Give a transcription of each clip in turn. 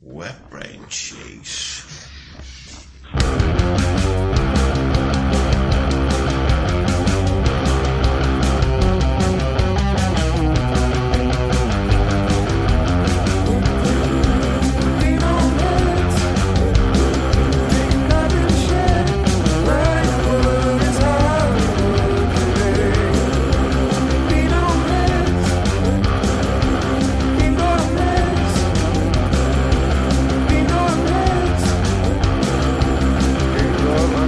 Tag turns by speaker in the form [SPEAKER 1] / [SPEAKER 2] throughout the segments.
[SPEAKER 1] Wet brain cheese.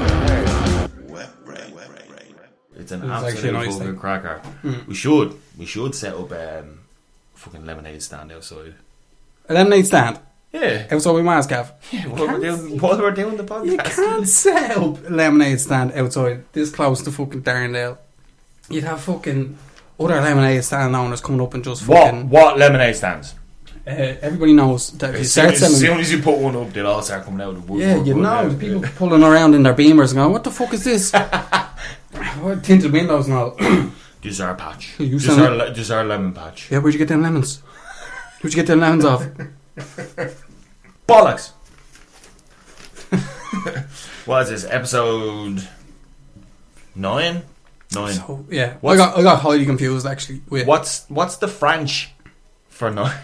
[SPEAKER 1] Wet brain.
[SPEAKER 2] It's an
[SPEAKER 3] It's actually
[SPEAKER 2] absolute
[SPEAKER 3] a nice
[SPEAKER 2] fucking
[SPEAKER 3] thing. Mm.
[SPEAKER 2] cracker. We should. We should set up um, fucking lemonade stand outside.
[SPEAKER 3] A lemonade stand.
[SPEAKER 2] Yeah.
[SPEAKER 3] Outside with Mascav.
[SPEAKER 2] While we're, doing, while we're doing the
[SPEAKER 3] You
[SPEAKER 2] podcast.
[SPEAKER 3] can't set up a lemonade stand outside this close to fucking Darndale. You'd have fucking other lemonade stand owners coming up and just
[SPEAKER 2] What?
[SPEAKER 3] fucking.
[SPEAKER 2] What lemonade stands?
[SPEAKER 3] Uh, everybody knows that if you
[SPEAKER 2] As soon
[SPEAKER 3] start
[SPEAKER 2] as, as
[SPEAKER 3] selling.
[SPEAKER 2] soon as you put one up, they'll all start coming out of the wood.
[SPEAKER 3] Yeah,
[SPEAKER 2] wood,
[SPEAKER 3] you
[SPEAKER 2] wood,
[SPEAKER 3] know,
[SPEAKER 2] yeah.
[SPEAKER 3] the people pulling around in their beamers and going, what the fuck is this? What, tinted windows and all.
[SPEAKER 2] This is our patch.
[SPEAKER 3] You
[SPEAKER 2] This is
[SPEAKER 3] sound
[SPEAKER 2] our, le- this is our lemon patch.
[SPEAKER 3] yeah, where'd you get them lemons? Where'd you get them lemons off?
[SPEAKER 2] Bollocks! what is this? Episode 9? 9.
[SPEAKER 3] So, Oh, yeah. I
[SPEAKER 2] What's-
[SPEAKER 3] got, I got highly confused actually. With,
[SPEAKER 2] What's what's the French for 9?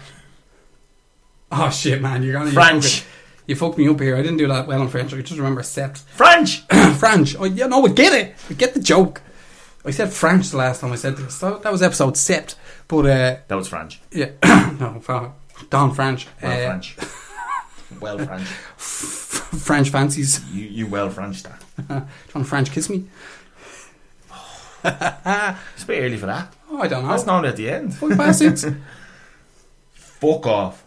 [SPEAKER 3] Oh shit, man, you're gonna.
[SPEAKER 2] French.
[SPEAKER 3] You fucked me up here. I didn't do that well in French. I just remember sept.
[SPEAKER 2] French!
[SPEAKER 3] French. Oh, yeah, no, I get it. I get the joke. I said French the last time I said this. So that was episode sept. But, uh,
[SPEAKER 2] That was French.
[SPEAKER 3] yeah. no, fuck. Don French.
[SPEAKER 2] Well
[SPEAKER 3] uh,
[SPEAKER 2] French. Eh. well French.
[SPEAKER 3] French fancies.
[SPEAKER 2] You, you well French that.
[SPEAKER 3] Don French kiss me.
[SPEAKER 2] It's a bit early for that.
[SPEAKER 3] Oh, I don't know.
[SPEAKER 2] That's not at the end.
[SPEAKER 3] Fuck past six.
[SPEAKER 2] Fuck off.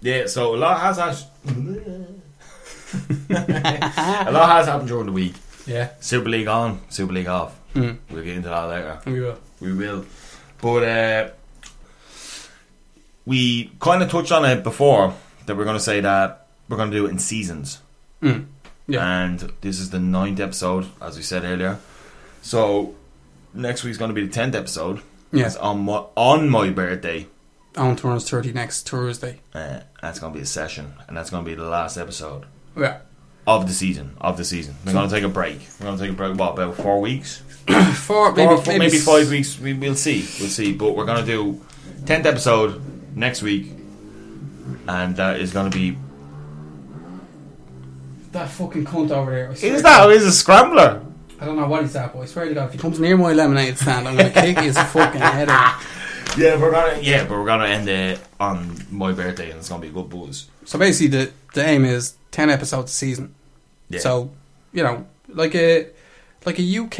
[SPEAKER 2] Yeah, so a lot has happened. a lot has happened during the week.
[SPEAKER 3] yeah.
[SPEAKER 2] Super League on, Super League off.
[SPEAKER 3] Hmm.
[SPEAKER 2] We'll get into that later.
[SPEAKER 3] And we will.
[SPEAKER 2] We will. But uh, we kind of touched on it before that we're going to say that we're going to do it in seasons.
[SPEAKER 3] Mm. Yeah.
[SPEAKER 2] And this is the ninth episode, as we said earlier. So next week's going to be the tenth episode.
[SPEAKER 3] Yeah.
[SPEAKER 2] It's on my on my birthday.
[SPEAKER 3] Alan turns 30 next Thursday.
[SPEAKER 2] Uh, that's going to be a session, and that's going to be the last episode
[SPEAKER 3] Yeah.
[SPEAKER 2] of the season. Of the season, we're
[SPEAKER 3] Mm.
[SPEAKER 2] going to take a break. We're going to take a break. What about four weeks?
[SPEAKER 3] Four,
[SPEAKER 2] Four,
[SPEAKER 3] maybe,
[SPEAKER 2] four- maybe,
[SPEAKER 3] s-
[SPEAKER 2] five weeks. We, we'll see. We'll see. But we're going to do tenth episode next week, and that is going to be.
[SPEAKER 3] That fucking cunt over there. I swear
[SPEAKER 2] Is
[SPEAKER 3] to
[SPEAKER 2] that? Is a scrambler?
[SPEAKER 3] I don't know what he's at, but I swear to God, if he comes near my lemonade stand, I'm gonna kick his fucking head off.
[SPEAKER 2] Yeah, we're gonna. Yeah, but we're gonna end it on my birthday, and it's gonna be a good buzz.
[SPEAKER 3] So basically, the the aim is ten episodes a season.
[SPEAKER 2] Yeah.
[SPEAKER 3] So you know, like a like a UK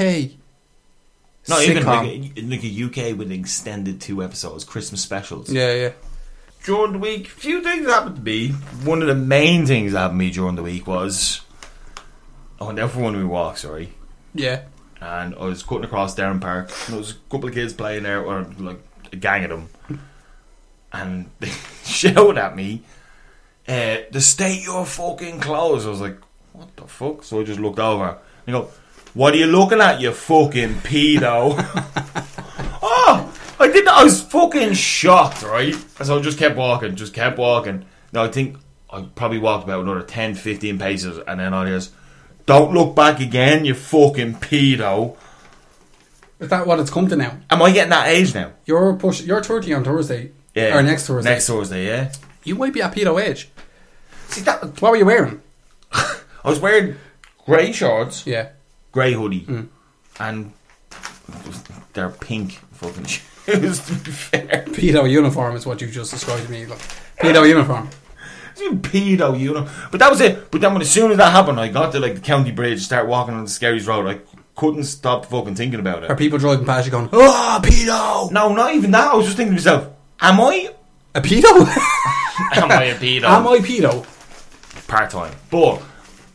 [SPEAKER 2] no, even
[SPEAKER 3] sitcom.
[SPEAKER 2] like a, like a UK with extended two episodes, Christmas specials.
[SPEAKER 3] yeah, yeah.
[SPEAKER 2] during the week, few things happened to me. One of the main things that happened to me during the week was I went out for one of my walks, sorry,
[SPEAKER 3] Yeah,
[SPEAKER 2] and I was cutting across Darren Park, and there was a couple of kids playing there, or like a gang of them, and they shouted at me, uh, "The state your fucking clothes." I was like, "What the fuck?" So I just looked over and I go, "What are you looking at, you fucking pedo?" Oh, I did that. I was fucking shocked, right? And so I just kept walking, just kept walking. Now I think I probably walked about another 10, 15 paces, and then I just, don't look back again, you fucking pedo.
[SPEAKER 3] is that what it's come to now?
[SPEAKER 2] Am I getting that age now?
[SPEAKER 3] You're push. You're thirty on Thursday. Or next Thursday.
[SPEAKER 2] Next Thursday, yeah.
[SPEAKER 3] You might be at pedo age.
[SPEAKER 2] See, that,
[SPEAKER 3] What were you wearing?
[SPEAKER 2] I was wearing grey shorts,
[SPEAKER 3] Yeah. Mm.
[SPEAKER 2] grey hoodie, and they're pink fucking shoes, to be fair.
[SPEAKER 3] Pedo uniform is what you just described to me. Like, pedo uniform.
[SPEAKER 2] You pedo, you know. But that was it. But then when as soon as that happened, I got to like the county bridge, start walking on the Scary's Road. I couldn't stop fucking thinking about
[SPEAKER 3] Are
[SPEAKER 2] it. Ah,
[SPEAKER 3] people driving past you going, "Oh, pedo,
[SPEAKER 2] No, not even that. I was just thinking to myself, am I?
[SPEAKER 3] a pedo?
[SPEAKER 2] Am I a pedo?
[SPEAKER 3] Am I pedo?"
[SPEAKER 2] part time? But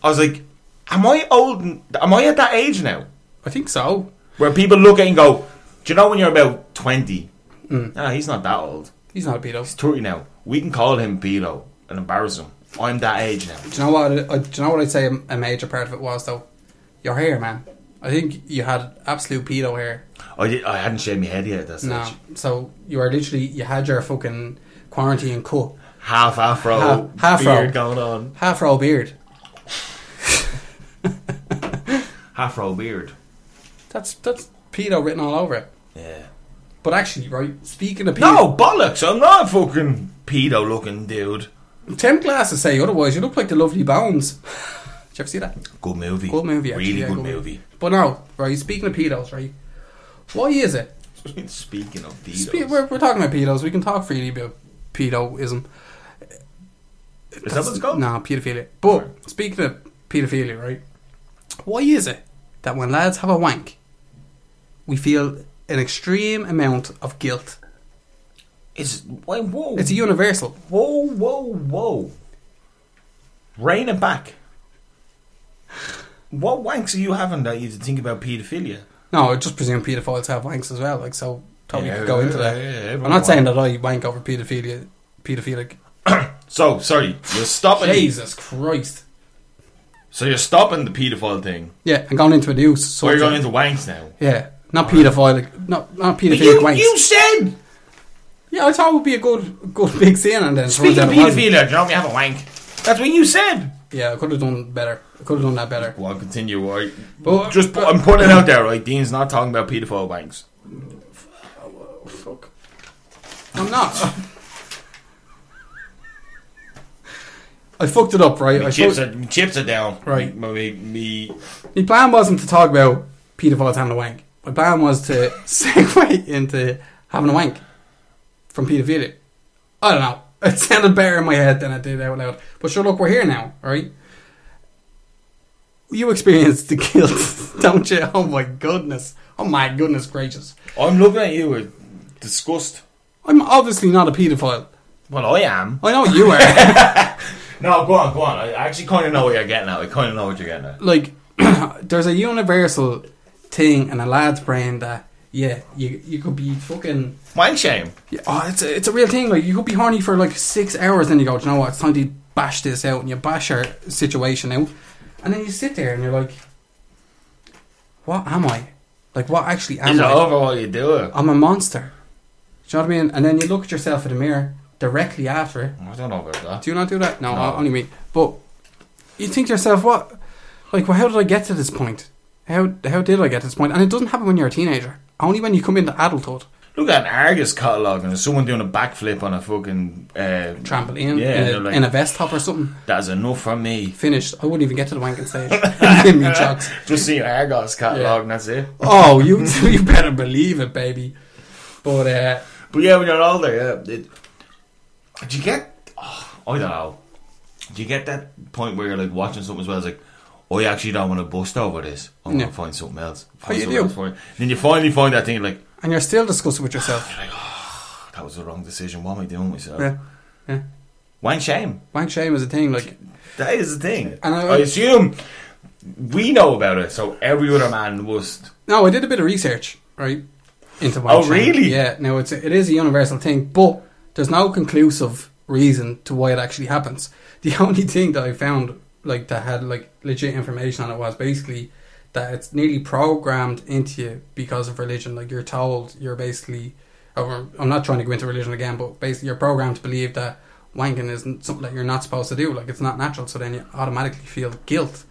[SPEAKER 2] I was like, am I old? and- Am I at that age now
[SPEAKER 3] I think so.
[SPEAKER 2] where people look at it and go, do you know when you're about twenty? Nah, he's not that old.
[SPEAKER 3] He's not a pedo.
[SPEAKER 2] He's thirty now. We can call him pedo and embarrass him. I'm that age now.
[SPEAKER 3] Do you know what? I, do you know what I'd say a major part of it was though? Your hair, man. I think you had absolute pedo hair.
[SPEAKER 2] I did, I hadn't shaved my head yet at that stage.
[SPEAKER 3] No, so you were literally you had your fucking quarantine cut,
[SPEAKER 2] half afro
[SPEAKER 3] Ha- half-ro.
[SPEAKER 2] beard going on.
[SPEAKER 3] Half row beard.
[SPEAKER 2] Afro beard.
[SPEAKER 3] That's that's pedo written all over it.
[SPEAKER 2] Yeah.
[SPEAKER 3] But actually, right, speaking of pedo,
[SPEAKER 2] No, bollocks, I'm not a fucking pedo looking dude.
[SPEAKER 3] Tim glasses say otherwise. You look like the lovely bones. Did you ever see that?
[SPEAKER 2] Good movie.
[SPEAKER 3] Good movie, actually.
[SPEAKER 2] Really
[SPEAKER 3] yeah,
[SPEAKER 2] good movie.
[SPEAKER 3] But no, right, speaking of pedos, right, why is it?
[SPEAKER 2] Speaking of pedos.
[SPEAKER 3] Spe- we're, we're talking about pedos. We can talk freely about pedoism.
[SPEAKER 2] is that what it's called?
[SPEAKER 3] Nah, pedophilia. But speaking of pedophilia, right? Why is it that when lads have a wank, we feel an extreme amount of guilt?
[SPEAKER 2] It's why whoa.
[SPEAKER 3] It's a universal.
[SPEAKER 2] whoa, whoa, whoa. Rain it back. What wanks are you having that you think about paedophilia?
[SPEAKER 3] No, I just presume pedophiles have wanks as well. Like so, totally
[SPEAKER 2] Yeah,
[SPEAKER 3] could go into
[SPEAKER 2] yeah,
[SPEAKER 3] that.
[SPEAKER 2] yeah, yeah,
[SPEAKER 3] I'm
[SPEAKER 2] everyone
[SPEAKER 3] not saying
[SPEAKER 2] wanks.
[SPEAKER 3] that I wank over pedophilia. Pedophilic.
[SPEAKER 2] So sorry, you're stopping.
[SPEAKER 3] Jesus Christ.
[SPEAKER 2] So you're stopping the paedophile thing.
[SPEAKER 3] Yeah, I'm going into a new. So
[SPEAKER 2] So you're going into wanks now.
[SPEAKER 3] Yeah, not pedophilic. Not not
[SPEAKER 2] But
[SPEAKER 3] pedophilic
[SPEAKER 2] you,
[SPEAKER 3] wanks.
[SPEAKER 2] you said
[SPEAKER 3] Yeah, I thought it would be a good good big sin, and then it turns
[SPEAKER 2] speaking
[SPEAKER 3] out
[SPEAKER 2] of
[SPEAKER 3] it wasn't.
[SPEAKER 2] paedophilia, you know me have a wank. That's what you said.
[SPEAKER 3] Yeah, I could have done better. I could have done that better.
[SPEAKER 2] Well, I'll continue. Right,
[SPEAKER 3] But-
[SPEAKER 2] just put, I'm putting it out there. Right, Dean's not talking about paedophile wanks.
[SPEAKER 3] Fuck. I'm not. I fucked it up, right?
[SPEAKER 2] My
[SPEAKER 3] I
[SPEAKER 2] chips
[SPEAKER 3] fucked-
[SPEAKER 2] are my chips are down.
[SPEAKER 3] Right.
[SPEAKER 2] my, my, my
[SPEAKER 3] My plan wasn't to talk about pedophiles having a wank. My plan was to segue into having a wank from pedophilia. I don't know. It sounded better in my head than it did out loud. But sure, look, we're here now, right? You experienced the guilt, don't you? Oh my goodness. Oh my goodness gracious.
[SPEAKER 2] I'm looking at you with disgust.
[SPEAKER 3] I'm obviously not a pedophile.
[SPEAKER 2] Well, I am.
[SPEAKER 3] I know you are.
[SPEAKER 2] No, go on, go on. I actually kind of know what you're getting at. I kind of know what you're getting at.
[SPEAKER 3] like, there's a universal thing in a lad's brain that, yeah, you, you could be fucking
[SPEAKER 2] Wank shame.
[SPEAKER 3] Yeah, oh, it's a, it's a real thing. Like you could be horny for like six hours, and you go, Do you know what? It's time to bash this out, and you bash your situation out, and then you sit there and you're like, what am I? Like what actually am
[SPEAKER 2] Is it
[SPEAKER 3] I?
[SPEAKER 2] over while you do it?
[SPEAKER 3] I'm a monster. Do you know what I mean? And then you look at yourself in the mirror directly after it.
[SPEAKER 2] I don't know about that.
[SPEAKER 3] Do you not do that? No,
[SPEAKER 2] No.
[SPEAKER 3] uh, only me. But you think to yourself, what? Like, well, how did I get to this point? How how did I get to this point? And it doesn't happen when you're a teenager. Only when you come into adulthood.
[SPEAKER 2] Look at an Argus catalogue and there's someone doing a backflip on a fucking uh,
[SPEAKER 3] Trampoline
[SPEAKER 2] Yeah,
[SPEAKER 3] in, a,
[SPEAKER 2] they're like-
[SPEAKER 3] in a vest top or something.
[SPEAKER 2] That's enough for me.
[SPEAKER 3] finished. I wouldn't even get to the wanking stage. Give me chucks.
[SPEAKER 2] Just see an Argos catalogue
[SPEAKER 3] Yeah.
[SPEAKER 2] and that's it.
[SPEAKER 3] Oh, you you better believe it, baby. But uh,
[SPEAKER 2] But yeah, when you're older, yeah. It, do you get? Oh, I don't know. Do you get that point where you're like watching something as well? It's like, oh, you actually don't want to bust over this. I'm
[SPEAKER 3] Yeah. Oh,
[SPEAKER 2] gonna find something else. Find
[SPEAKER 3] you
[SPEAKER 2] something
[SPEAKER 3] do.
[SPEAKER 2] else for it. Then you finally find that thing. Like
[SPEAKER 3] and you're still disgusted with yourself.
[SPEAKER 2] that was the wrong decision. What am I doing with myself?
[SPEAKER 3] Yeah, yeah.
[SPEAKER 2] One shame.
[SPEAKER 3] Wank shame is a thing. Like
[SPEAKER 2] That is the thing.
[SPEAKER 3] And I-
[SPEAKER 2] I assume we know about it, so every other man must.
[SPEAKER 3] no, I did a bit of research right into wank
[SPEAKER 2] Oh,
[SPEAKER 3] shame.
[SPEAKER 2] really?
[SPEAKER 3] Yeah. Now it's a, it is a universal thing, but there's no conclusive reason to why it actually happens. The only thing that I found like that had like legit information on it was basically that it's nearly programmed into you because of religion. Like you're told, you're basically, or I'm not trying to go into religion again, but basically you're programmed to believe that wanking isn't something that you're not supposed to do. Like it's not natural. So then you automatically feel guilt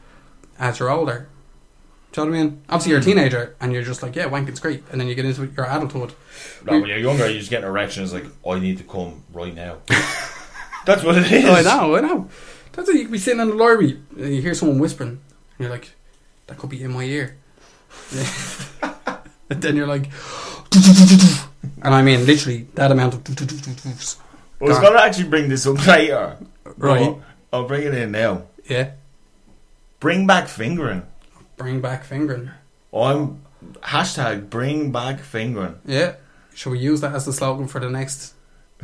[SPEAKER 3] as you're older. Do you know what I mean? Obviously, you're a teenager and you're just like, yeah, wanking's great. And then you get into your adulthood.
[SPEAKER 2] No, when you're younger, you just get an erection. It's like I need to come right now. That's what it is.
[SPEAKER 3] Oh, I know, I know. That's it. You could be sitting in the lorry and you hear someone whispering. And you're like, that could be in my ear. and then you're like, and I mean, literally, that amount of.
[SPEAKER 2] I was going to actually bring this up later.
[SPEAKER 3] Right.
[SPEAKER 2] but I'll bring it in now.
[SPEAKER 3] Yeah.
[SPEAKER 2] Bring back fingering.
[SPEAKER 3] Bring back fingering.
[SPEAKER 2] I'm hashtag bring back fingering.
[SPEAKER 3] Yeah. Should we use that as the slogan for the next,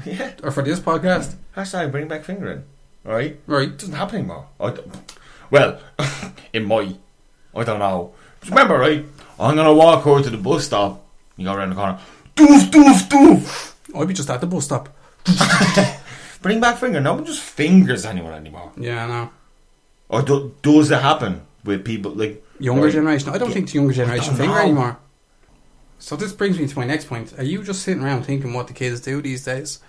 [SPEAKER 2] Yeah.
[SPEAKER 3] or for this podcast?
[SPEAKER 2] Hashtag bring back fingering. Right?
[SPEAKER 3] Right.
[SPEAKER 2] It doesn't happen anymore. I don't- well, it might. I don't know. But remember, right? I'm going to walk over to the bus stop. You go around the corner. Doof, doof, doof.
[SPEAKER 3] I'd be just at the bus stop.
[SPEAKER 2] Bring back fingering. No one just fingers anyone anymore.
[SPEAKER 3] Yeah, I know.
[SPEAKER 2] Or do, does it happen with people like.
[SPEAKER 3] Younger
[SPEAKER 2] right?
[SPEAKER 3] generation. I don't think the younger generation
[SPEAKER 2] don't
[SPEAKER 3] finger
[SPEAKER 2] know.
[SPEAKER 3] anymore. So this brings me to my next point. Are you just sitting around thinking what the kids do these days?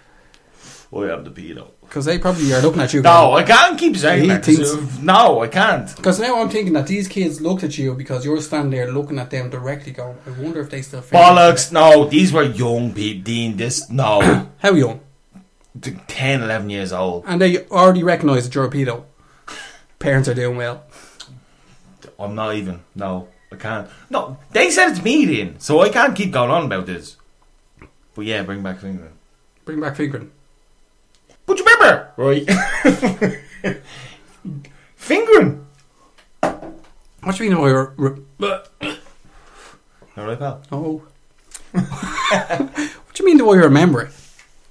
[SPEAKER 2] I am the pedo.
[SPEAKER 3] Because they probably are looking at you.
[SPEAKER 2] No, I can't keep saying
[SPEAKER 3] He
[SPEAKER 2] that. 'cause,
[SPEAKER 3] thinks-
[SPEAKER 2] uh, no, I can't.
[SPEAKER 3] Because now I'm thinking that these kids looked at you because you're standing there looking at them directly going, I wonder if they still feel
[SPEAKER 2] Bollocks. No, these were young people, Dean. This, no.
[SPEAKER 3] How young?
[SPEAKER 2] 10, 11 years old.
[SPEAKER 3] And they already recognise that you're a pedo. Parents are doing well.
[SPEAKER 2] I'm not even. No, I can't. No, they said it's me, Dean. So I can't keep going on about this. But yeah, bring back England.
[SPEAKER 3] Bring back fingering.
[SPEAKER 2] But you remember, right? Fingering.
[SPEAKER 3] What do you mean, oh, you're. Re-
[SPEAKER 2] All right, pal.
[SPEAKER 3] oh. what do you mean, do I remember it?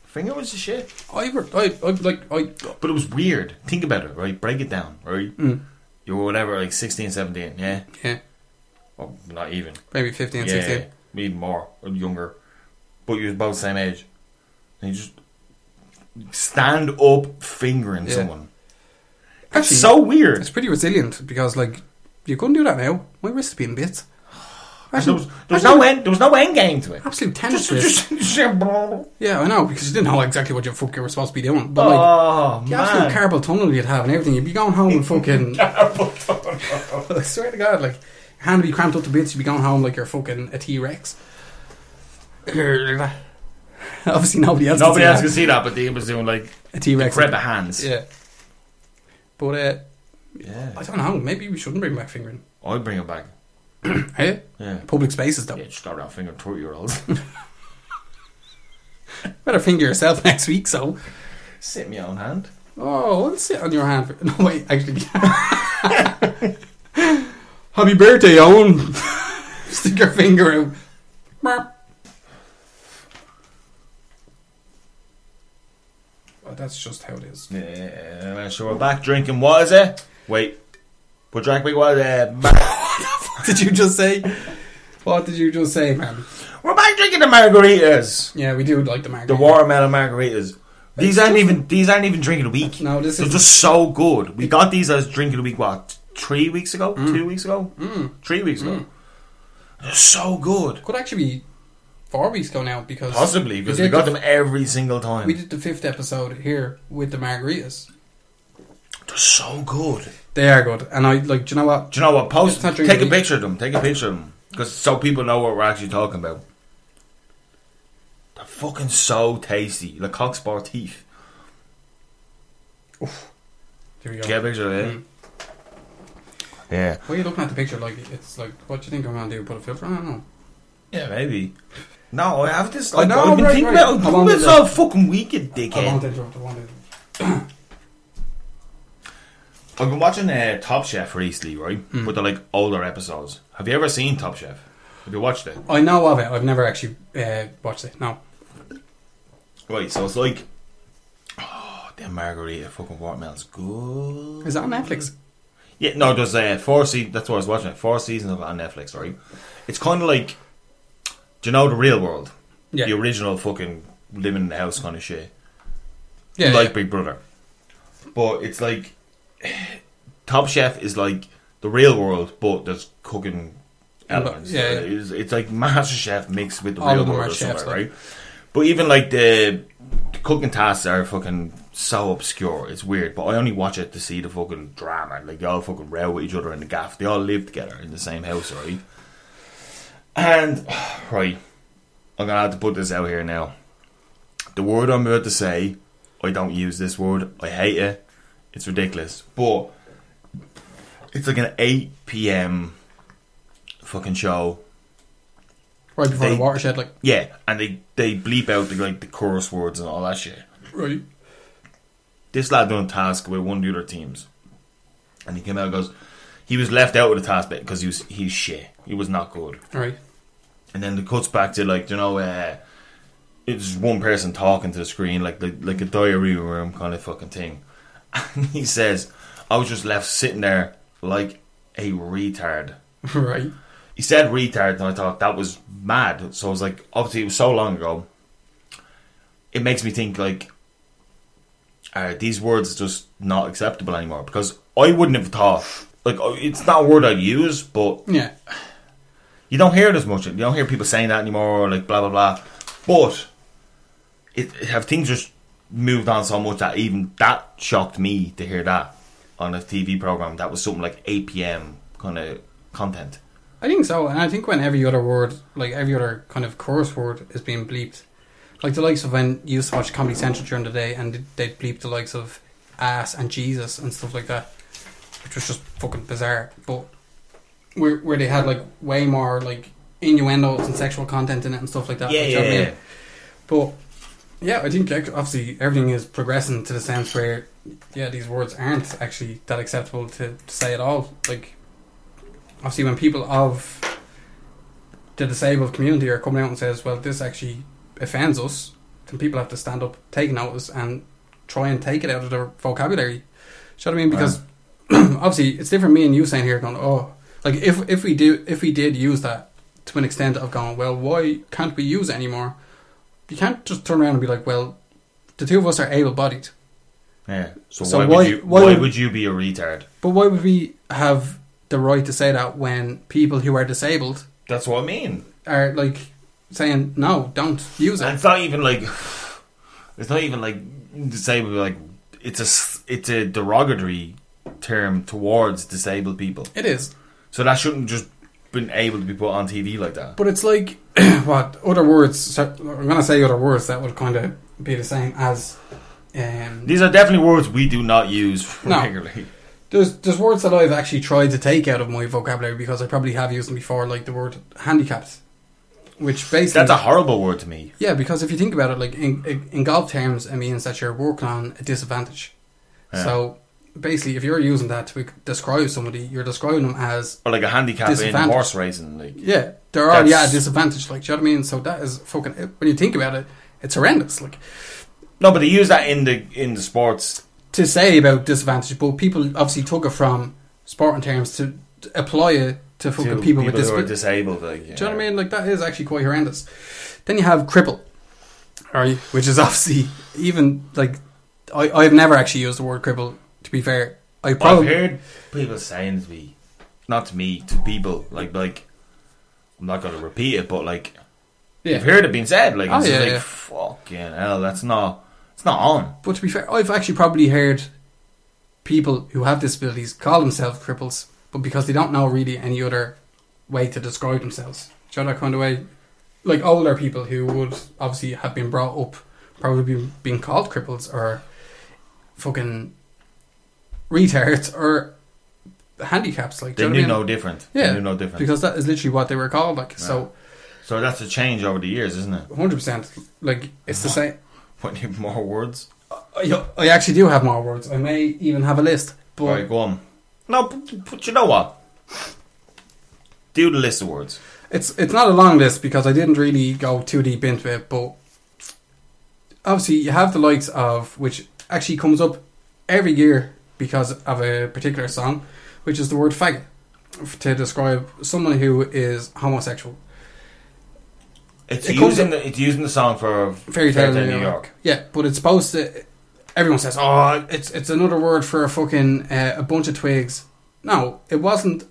[SPEAKER 2] Finger was the shit.
[SPEAKER 3] I, re- I, I, like, I,
[SPEAKER 2] But it was weird. Think about it, right? Break it down, right?
[SPEAKER 3] Mm.
[SPEAKER 2] You were whatever, like 16, 17, yeah?
[SPEAKER 3] yeah,
[SPEAKER 2] Well, not even.
[SPEAKER 3] maybe 15,
[SPEAKER 2] yeah,
[SPEAKER 3] 16.
[SPEAKER 2] even more, or younger. But you was about the same age. And you just stand up fingering
[SPEAKER 3] Yeah.
[SPEAKER 2] someone. That's
[SPEAKER 3] Actually,
[SPEAKER 2] so weird.
[SPEAKER 3] it's pretty resilient because, like, you couldn't do that now. My wrist is being bits.
[SPEAKER 2] And There was,
[SPEAKER 3] Actually-
[SPEAKER 2] there was
[SPEAKER 3] actually-
[SPEAKER 2] no end. There was no end game to it.
[SPEAKER 3] Absolute tennis
[SPEAKER 2] Just,
[SPEAKER 3] wrist.
[SPEAKER 2] just, just-
[SPEAKER 3] Yeah, I know because you didn't know exactly what your fuck you were supposed to be doing. But like
[SPEAKER 2] oh
[SPEAKER 3] the absolute
[SPEAKER 2] man!
[SPEAKER 3] carpal tunnel you'd have and everything, you'd be going home and fucking. I swear to God, like your hand would be cramped up to bits. You'd be going home like you're fucking a T Rex. Obviously, nobody else.
[SPEAKER 2] Nobody
[SPEAKER 3] can
[SPEAKER 2] else
[SPEAKER 3] see
[SPEAKER 2] could see that, but Dean was doing like
[SPEAKER 3] that. a T Rex.
[SPEAKER 2] grab of hands.
[SPEAKER 3] Yeah, but uh,
[SPEAKER 2] yeah.
[SPEAKER 3] I don't know. Maybe we shouldn't bring back fingering.
[SPEAKER 2] I'd bring it back.
[SPEAKER 3] Hey,
[SPEAKER 2] Yeah,
[SPEAKER 3] public spaces though.
[SPEAKER 2] yeah. Just got around finger two year olds.
[SPEAKER 3] Better finger yourself next week. So,
[SPEAKER 2] Sit me on hand.
[SPEAKER 3] oh, let's sit on your hand. For... No wait, actually. Happy birthday, Owen. Stick your finger out. Merp. Well, that's just how it is.
[SPEAKER 2] Yeah, so we're back drinking. What is it? Wait, we're drinking. What is it? Ma-
[SPEAKER 3] did you just say? What did you just say, man?
[SPEAKER 2] We're back drinking the margaritas.
[SPEAKER 3] Yeah, we do like the margarita.
[SPEAKER 2] The watermelon margaritas. These aren't even. These aren't even drinking a week.
[SPEAKER 3] No, this
[SPEAKER 2] They're
[SPEAKER 3] is-
[SPEAKER 2] just so good. We got these as drinking a week. What? Three weeks ago? Two weeks ago? Three weeks ago. They're so good.
[SPEAKER 3] Could actually be four weeks ago now because
[SPEAKER 2] Possibly because we,
[SPEAKER 3] did
[SPEAKER 2] got
[SPEAKER 3] the-
[SPEAKER 2] them every single time.
[SPEAKER 3] We did the fifth episode here with the margaritas.
[SPEAKER 2] They're so good.
[SPEAKER 3] They are good, and I like. Do you know what?
[SPEAKER 2] Do you know what? Post.
[SPEAKER 3] It's not
[SPEAKER 2] Take
[SPEAKER 3] drinking
[SPEAKER 2] a
[SPEAKER 3] a week.
[SPEAKER 2] picture of them. Take a picture of them because so people know what we're actually talking about. They're fucking so tasty. Le Coq Sportif.
[SPEAKER 3] Here we go.
[SPEAKER 2] Get a picture of it.
[SPEAKER 3] Mm.
[SPEAKER 2] Yeah.
[SPEAKER 3] Why are you looking at the picture like it's like what do you think I'm gonna do? Put a filter on? I don't know.
[SPEAKER 2] Yeah, maybe. No, I have this.
[SPEAKER 3] I know,
[SPEAKER 2] I've been
[SPEAKER 3] right,
[SPEAKER 2] thinking
[SPEAKER 3] right.
[SPEAKER 2] about
[SPEAKER 3] I
[SPEAKER 2] it.
[SPEAKER 3] wanted
[SPEAKER 2] It's
[SPEAKER 3] to-
[SPEAKER 2] all fucking wicked,
[SPEAKER 3] I won't
[SPEAKER 2] dickhead.
[SPEAKER 3] interrupt. I won't interrupt.
[SPEAKER 2] I've been watching uh, Top Chef recently, right?
[SPEAKER 3] Mm.
[SPEAKER 2] But they're like older episodes. Have you ever seen Top Chef? Have you watched it?
[SPEAKER 3] I know of it. I've never actually uh, watched it. No.
[SPEAKER 2] Right, so it's like. Oh, the margarita fucking watermelon's good.
[SPEAKER 3] Is that on Netflix?
[SPEAKER 2] Yeah, no, there's uh, four seasons. That's what I was watching. it, Four seasons of it on Netflix, right? It's kind of like, do you know the real world?
[SPEAKER 3] Yeah.
[SPEAKER 2] The original fucking living in the house kind of shit.
[SPEAKER 3] Yeah.
[SPEAKER 2] like
[SPEAKER 3] yeah.
[SPEAKER 2] Big Brother. But it's like Top Chef is like the real world, but there's cooking elements.
[SPEAKER 3] Yeah, yeah.
[SPEAKER 2] It's, it's like Master Chef mixed with the
[SPEAKER 3] All
[SPEAKER 2] real
[SPEAKER 3] of them
[SPEAKER 2] world
[SPEAKER 3] are
[SPEAKER 2] or
[SPEAKER 3] chefs,
[SPEAKER 2] something,
[SPEAKER 3] like-
[SPEAKER 2] right? But even like the, the cooking tasks are fucking so obscure. It's weird, but I only watch it to see the fucking drama. Like they all fucking row with each other in the gaff. They all live together in the same house, right? And right, I'm gonna have to put this out here now. The word I'm about to say, I don't use this word. I hate it. It's ridiculous. But it's like an 8 p.m. fucking show.
[SPEAKER 3] right before
[SPEAKER 2] they-
[SPEAKER 3] the watershed. Like
[SPEAKER 2] Yeah, and they they bleep out the like the chorus words and all that shit.
[SPEAKER 3] right.
[SPEAKER 2] This lad done a task with one of the other teams, and he came out and goes, he was left out of the task because he was he's shit. He was not good.
[SPEAKER 3] All right.
[SPEAKER 2] and then it cuts back to like you know uh, it's one person talking to the screen like the, like a diary room kind of fucking thing and he says i was just left sitting there like a retard
[SPEAKER 3] Right.
[SPEAKER 2] he said retard and i thought that was mad so i was like obviously it was so long ago it makes me think like are these words just not acceptable anymore because i wouldn't have thought like oh, it's not a word i'd use but
[SPEAKER 3] Yeah.
[SPEAKER 2] you don't hear it as much. You don't hear people saying that anymore, or like blah blah blah. But it have things just moved on so much that even that shocked me to hear that on a TV program. That was something like 8 p.m. kind of content.
[SPEAKER 3] I think so, and I think when every other word, like every other kind of curse word, is being bleeped, like the likes of when you used to watch Comedy Central during the day, and they'd bleep the likes of ass and Jesus and stuff like that, which was just fucking bizarre. But where where they had like way more like innuendos and sexual content in it and stuff like that.
[SPEAKER 2] Yeah,
[SPEAKER 3] like, do you know what I
[SPEAKER 2] yeah,
[SPEAKER 3] mean? But yeah, I think like, obviously everything is progressing to the sense where yeah, these words aren't actually that acceptable to, to say at all. Like obviously when people of the disabled community are coming out and says, well, this actually offends us, then people have to stand up, take notice, and try and take it out of their vocabulary. Do you know what I mean? Because obviously it's different. Me and you saying here going, oh, like if if we do if we did use that to an extent of going, well, why can't we use it anymore? You can't just turn around and be like, well, the two of us are able-bodied,
[SPEAKER 2] Yeah. So,
[SPEAKER 3] So
[SPEAKER 2] why,
[SPEAKER 3] why-
[SPEAKER 2] would you,
[SPEAKER 3] why
[SPEAKER 2] why,
[SPEAKER 3] would-
[SPEAKER 2] would you be a retard?
[SPEAKER 3] but why would we have the right to say that when people who are disabled
[SPEAKER 2] That's what I mean.
[SPEAKER 3] are like saying no, don't use
[SPEAKER 2] And
[SPEAKER 3] it.
[SPEAKER 2] it's not even like it's not even like disabled. Like it's a s- it's a derogatory term towards disabled people.
[SPEAKER 3] It is,
[SPEAKER 2] So that shouldn't just been able to be put on TV like that.
[SPEAKER 3] but it's like what other words? So I'm gonna say other words that would kind of be the same as. Um,
[SPEAKER 2] These are definitely words we do not use
[SPEAKER 3] No.
[SPEAKER 2] regularly.
[SPEAKER 3] There's there's words that I've actually tried to take out of my vocabulary because I probably have used them before, like the word handicapped, which basically
[SPEAKER 2] That's a horrible word to me.
[SPEAKER 3] yeah, because if you think about it, like in, in, in golf terms, it means that you're working on a disadvantage.
[SPEAKER 2] Yeah.
[SPEAKER 3] So basically, if you're using that to describe somebody, you're describing them as
[SPEAKER 2] Or like a handicap in
[SPEAKER 3] Disadvantage.
[SPEAKER 2] horse racing. Like
[SPEAKER 3] yeah, they're already at
[SPEAKER 2] That's-
[SPEAKER 3] a disadvantage. Like, do you know what I mean? So that is fucking when you think about it, it's horrendous. Like
[SPEAKER 2] no, but they use that in the in the sports.
[SPEAKER 3] to say about disadvantage, but people obviously took it from sporting terms to, to apply it to
[SPEAKER 2] to
[SPEAKER 3] fucking people, with
[SPEAKER 2] who are
[SPEAKER 3] disabilities.
[SPEAKER 2] disabled. Like, yeah.
[SPEAKER 3] Do you know what I mean? Like that is actually quite horrendous. Then you have cripple, right? Which is obviously even like I I've never actually used the word cripple. To be fair, I
[SPEAKER 2] I've
[SPEAKER 3] probably
[SPEAKER 2] heard people saying to me, not to me, to people like like. I'm not going to repeat it, but like
[SPEAKER 3] yeah.
[SPEAKER 2] I've heard it being said. Like,
[SPEAKER 3] Oh,
[SPEAKER 2] it's
[SPEAKER 3] yeah,
[SPEAKER 2] just like,
[SPEAKER 3] yeah.
[SPEAKER 2] fucking hell, that's not, it's not on.
[SPEAKER 3] But to be fair, I've actually probably heard people who have disabilities call themselves cripples, but because they don't know really any other way to describe themselves. Do you know that kind of way? Like older people who would obviously have been brought up, probably been, been called cripples or fucking retards or handicaps. Like, do
[SPEAKER 2] They
[SPEAKER 3] you
[SPEAKER 2] knew
[SPEAKER 3] know what I mean?
[SPEAKER 2] no different.
[SPEAKER 3] Yeah,
[SPEAKER 2] They knew no different.
[SPEAKER 3] Because that is literally what they were called. Like, so
[SPEAKER 2] so that's a change over the years, isn't it?
[SPEAKER 3] 100%. Like, it's the same.
[SPEAKER 2] What need more words?
[SPEAKER 3] I, I actually do have more words. I may even have a list. But
[SPEAKER 2] All right, go on. No, but, but you know what? Do the list of words.
[SPEAKER 3] It's it's not a long list because I didn't really go too deep into it, but obviously you have the likes of which actually comes up every year because of a particular song, which is the word faggot f- to describe someone who is homosexual.
[SPEAKER 2] It's
[SPEAKER 3] It comes
[SPEAKER 2] using the it's using the song for
[SPEAKER 3] Fairy tale in New York. Yeah, but it's supposed to. Everyone says, "Oh, it's it's another word for a fucking uh, a bunch of twigs." No, it wasn't.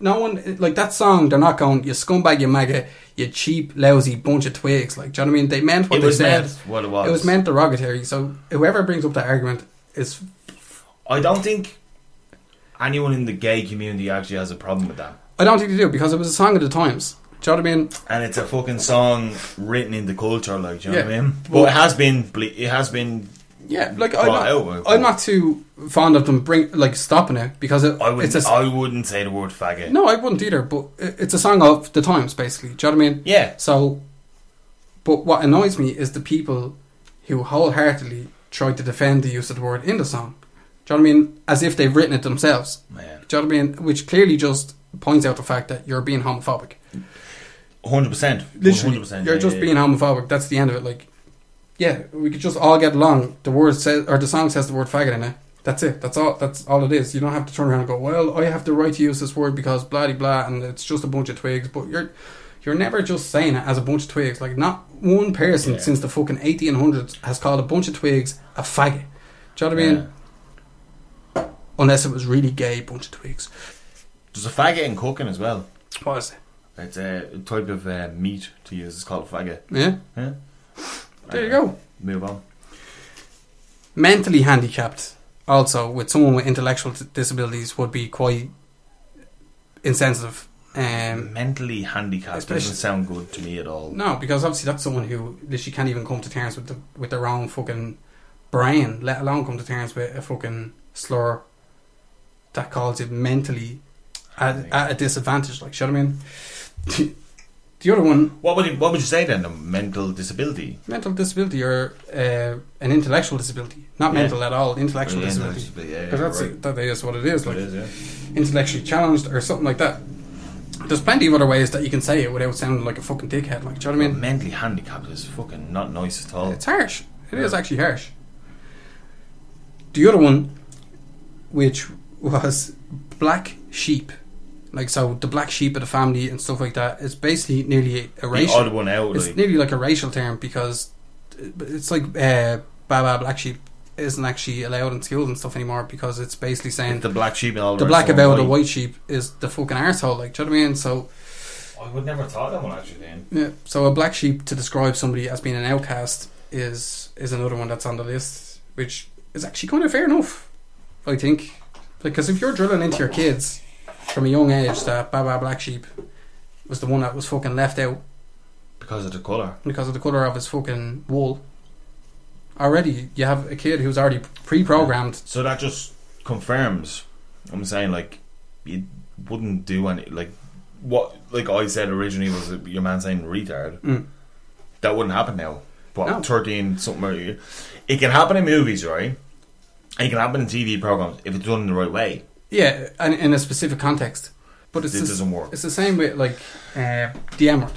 [SPEAKER 3] No one like that song. They're not going. You scumbag, you maggot, you cheap, lousy bunch of twigs. Like, do you know what I mean? They meant what
[SPEAKER 2] It
[SPEAKER 3] they
[SPEAKER 2] was
[SPEAKER 3] said.
[SPEAKER 2] meant what it was.
[SPEAKER 3] It was meant derogatory. So whoever brings up that argument is
[SPEAKER 2] I don't think anyone in the gay community actually has a problem with that.
[SPEAKER 3] I don't think they do because it was a song of the times. Do you know what I mean?
[SPEAKER 2] and it's a fucking song written in the culture, like do you know what
[SPEAKER 3] Yeah.
[SPEAKER 2] I mean? But
[SPEAKER 3] Well-
[SPEAKER 2] it has been, ble- it has been.
[SPEAKER 3] Yeah, like I'm
[SPEAKER 2] Well,
[SPEAKER 3] not,
[SPEAKER 2] I would-
[SPEAKER 3] I'm not too fond of them bring like stopping it because it,
[SPEAKER 2] I would,
[SPEAKER 3] it's a,
[SPEAKER 2] I wouldn't say the word faggot.
[SPEAKER 3] No, I wouldn't either. But i- it's a song of the times, basically. Do you know what I mean?
[SPEAKER 2] Yeah.
[SPEAKER 3] So, but what annoys me is the people who wholeheartedly try to defend the use of the word in the song. Do you know what I mean? As if they've written it themselves.
[SPEAKER 2] man,
[SPEAKER 3] Do you know what I mean? Which clearly just points out the fact that you're being homophobic.
[SPEAKER 2] hundred percent,
[SPEAKER 3] Literally, you're just being homophobic. That's the end of it. Like, yeah, we could just all get along. The word says, or the song says, the word faggot in it. That's it. That's all. That's all it is. You don't have to turn around and go, well, I have the right to use this word because blah de blah, and it's just a bunch of twigs. But you're, you're never just saying it as a bunch of twigs. Like, not one person
[SPEAKER 2] Yeah.
[SPEAKER 3] since the fucking 1800s has called a bunch of twigs a faggot. Do you know what I mean? Unless it was really gay bunch of twigs.
[SPEAKER 2] There's a faggot in cooking as well.
[SPEAKER 3] What is it?
[SPEAKER 2] It's a type of uh, meat to use. It's called a faggot.
[SPEAKER 3] Yeah.
[SPEAKER 2] Yeah.
[SPEAKER 3] There you go.
[SPEAKER 2] Move on.
[SPEAKER 3] mentally handicapped also with someone with intellectual t- disabilities would be quite insensitive. Um,
[SPEAKER 2] Mentally handicapped
[SPEAKER 3] Especially-
[SPEAKER 2] doesn't sound good to me at all.
[SPEAKER 3] no, because obviously that's someone who literally can't even come to terms with the, with their own fucking brain, let alone come to terms with a fucking slur that calls it mentally at, at a disadvantage. Like, shut I mean? the other one,
[SPEAKER 2] What would you, what would you say then? A mental disability?
[SPEAKER 3] mental disability or uh, an intellectual disability, not
[SPEAKER 2] Yeah.
[SPEAKER 3] mental at all, intellectual
[SPEAKER 2] Yeah,
[SPEAKER 3] disability.
[SPEAKER 2] yeah, yeah,
[SPEAKER 3] Because that's
[SPEAKER 2] right.
[SPEAKER 3] it, that is what it is.
[SPEAKER 2] It
[SPEAKER 3] Like,
[SPEAKER 2] is, yeah.
[SPEAKER 3] intellectually challenged or something like that. There's plenty of other ways that you can say it without sounding like a fucking dickhead. Like, do you know what I mean?
[SPEAKER 2] mentally handicapped is fucking not nice at all.
[SPEAKER 3] It's harsh. It is actually harsh. The other one, which was black sheep, like so the black sheep of the family and stuff like that, is basically nearly a
[SPEAKER 2] the
[SPEAKER 3] racial.
[SPEAKER 2] odd one out.
[SPEAKER 3] It's
[SPEAKER 2] Like,
[SPEAKER 3] nearly like a racial term because it's like uh, Baba Black Sheep isn't actually allowed in schools and stuff anymore because it's basically saying
[SPEAKER 2] the black sheep and all
[SPEAKER 3] the
[SPEAKER 2] rest
[SPEAKER 3] black
[SPEAKER 2] of them
[SPEAKER 3] about the white sheep is the fucking arsehole, like, do you know what I mean? So,
[SPEAKER 2] I Oh, would never thought that one actually. Then.
[SPEAKER 3] yeah, so a black sheep to describe somebody as being an outcast is is another one that's on the list, which is actually kind of fair enough, I think. Because if you're drilling into your kids from a young age that Baba Black Sheep was the one that was fucking left out
[SPEAKER 2] because of the color.
[SPEAKER 3] because of the colour of his fucking wool, already you have a kid who's already pre programmed.
[SPEAKER 2] So that just confirms. I'm saying like you wouldn't do any like what like I said originally was your man saying retard.
[SPEAKER 3] Mm.
[SPEAKER 2] That wouldn't happen now. But
[SPEAKER 3] No.
[SPEAKER 2] 13 something or other. it can happen in movies, right? It can happen in TV programs if it's done in the right way.
[SPEAKER 3] Yeah, and in a specific context. But it's
[SPEAKER 2] This
[SPEAKER 3] the-
[SPEAKER 2] doesn't work.
[SPEAKER 3] It's the same with like uh, the M word,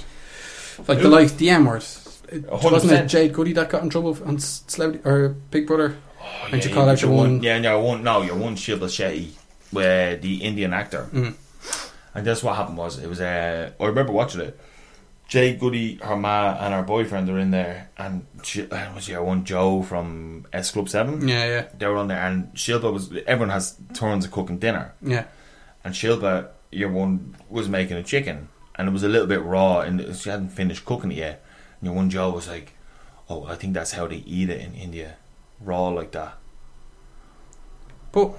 [SPEAKER 3] like the
[SPEAKER 2] Who?
[SPEAKER 3] like the M word. It-
[SPEAKER 2] A hundred
[SPEAKER 3] Wasn't it
[SPEAKER 2] percent.
[SPEAKER 3] Jade Goody that got in trouble on S- Celebrity or Big Brother?
[SPEAKER 2] Oh,
[SPEAKER 3] And you call out your one-
[SPEAKER 2] yeah, no, one, no, your one Shiva Shetty, where the Indian actor,
[SPEAKER 3] Mm.
[SPEAKER 2] and that's what happened was it was. Uh, I remember watching it. Jay Goody, her ma, and her boyfriend are in there, and she, uh, was your one Joe from S Club Seven.
[SPEAKER 3] Yeah, yeah,
[SPEAKER 2] They were on there, and Shilpa was. Everyone has turns of cooking dinner,
[SPEAKER 3] yeah.
[SPEAKER 2] and Shilpa, your one, was making a chicken, and it was a little bit raw, and she hadn't finished cooking it yet. And your one Joe was like, "Oh, I think that's how they eat it in India, raw like that."
[SPEAKER 3] But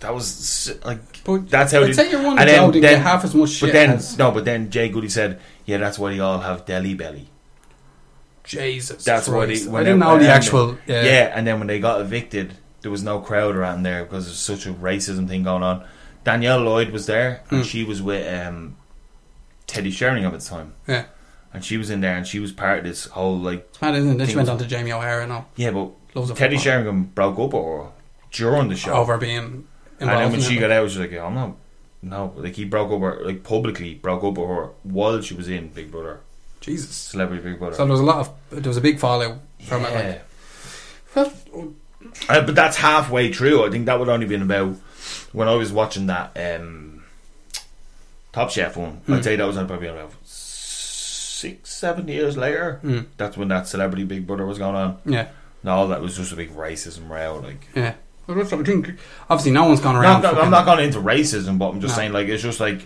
[SPEAKER 2] That was s- like
[SPEAKER 3] But
[SPEAKER 2] that's how.
[SPEAKER 3] I'd
[SPEAKER 2] it is.
[SPEAKER 3] say your one
[SPEAKER 2] And
[SPEAKER 3] Joe didn't get half as much shit
[SPEAKER 2] But then
[SPEAKER 3] as-
[SPEAKER 2] no, but then Jay Goody said, "Yeah, that's why they all have deli belly.
[SPEAKER 3] Jesus,
[SPEAKER 2] That's why they."
[SPEAKER 3] Christ.
[SPEAKER 2] when
[SPEAKER 3] I didn't
[SPEAKER 2] they-
[SPEAKER 3] know
[SPEAKER 2] when
[SPEAKER 3] the
[SPEAKER 2] they-
[SPEAKER 3] actual.
[SPEAKER 2] yeah.
[SPEAKER 3] Yeah,
[SPEAKER 2] and then when they got evicted, there was no crowd around there because there's such a racism thing going on. Danielle Lloyd was there, and
[SPEAKER 3] Hmm.
[SPEAKER 2] she was with um, Teddy Sheringham at the time,
[SPEAKER 3] yeah.
[SPEAKER 2] and she was in there, and she was part of this whole like
[SPEAKER 3] It's mad, isn't it? Then she
[SPEAKER 2] Things-
[SPEAKER 3] went on to Jamie O'Hara and all
[SPEAKER 2] yeah, but
[SPEAKER 3] Loads of
[SPEAKER 2] Teddy
[SPEAKER 3] football.
[SPEAKER 2] Sheringham broke up or during the show.
[SPEAKER 3] over being involved.
[SPEAKER 2] And then when
[SPEAKER 3] in
[SPEAKER 2] she
[SPEAKER 3] it.
[SPEAKER 2] got out, she was like, "I'm not." No, like he broke up with her, like publicly broke up with her while she was in Big Brother,
[SPEAKER 3] Jesus,
[SPEAKER 2] Celebrity Big Brother.
[SPEAKER 3] so there was a lot of there was a big fallout from it. Like,
[SPEAKER 2] Yeah. Uh, but that's halfway through. I think that would only been about when I was watching that um, Top Chef one.
[SPEAKER 3] Hmm.
[SPEAKER 2] I'd say that was probably about six, seven years later.
[SPEAKER 3] Hmm.
[SPEAKER 2] That's when that Celebrity Big Brother was going on.
[SPEAKER 3] yeah,
[SPEAKER 2] And all that was just a big racism row. Like,
[SPEAKER 3] yeah. But that's what I think. Obviously, no one's gone
[SPEAKER 2] No,
[SPEAKER 3] around.
[SPEAKER 2] I'm not- I'm
[SPEAKER 3] fucking-
[SPEAKER 2] not going into racism, but I'm just
[SPEAKER 3] No.
[SPEAKER 2] saying like it's just like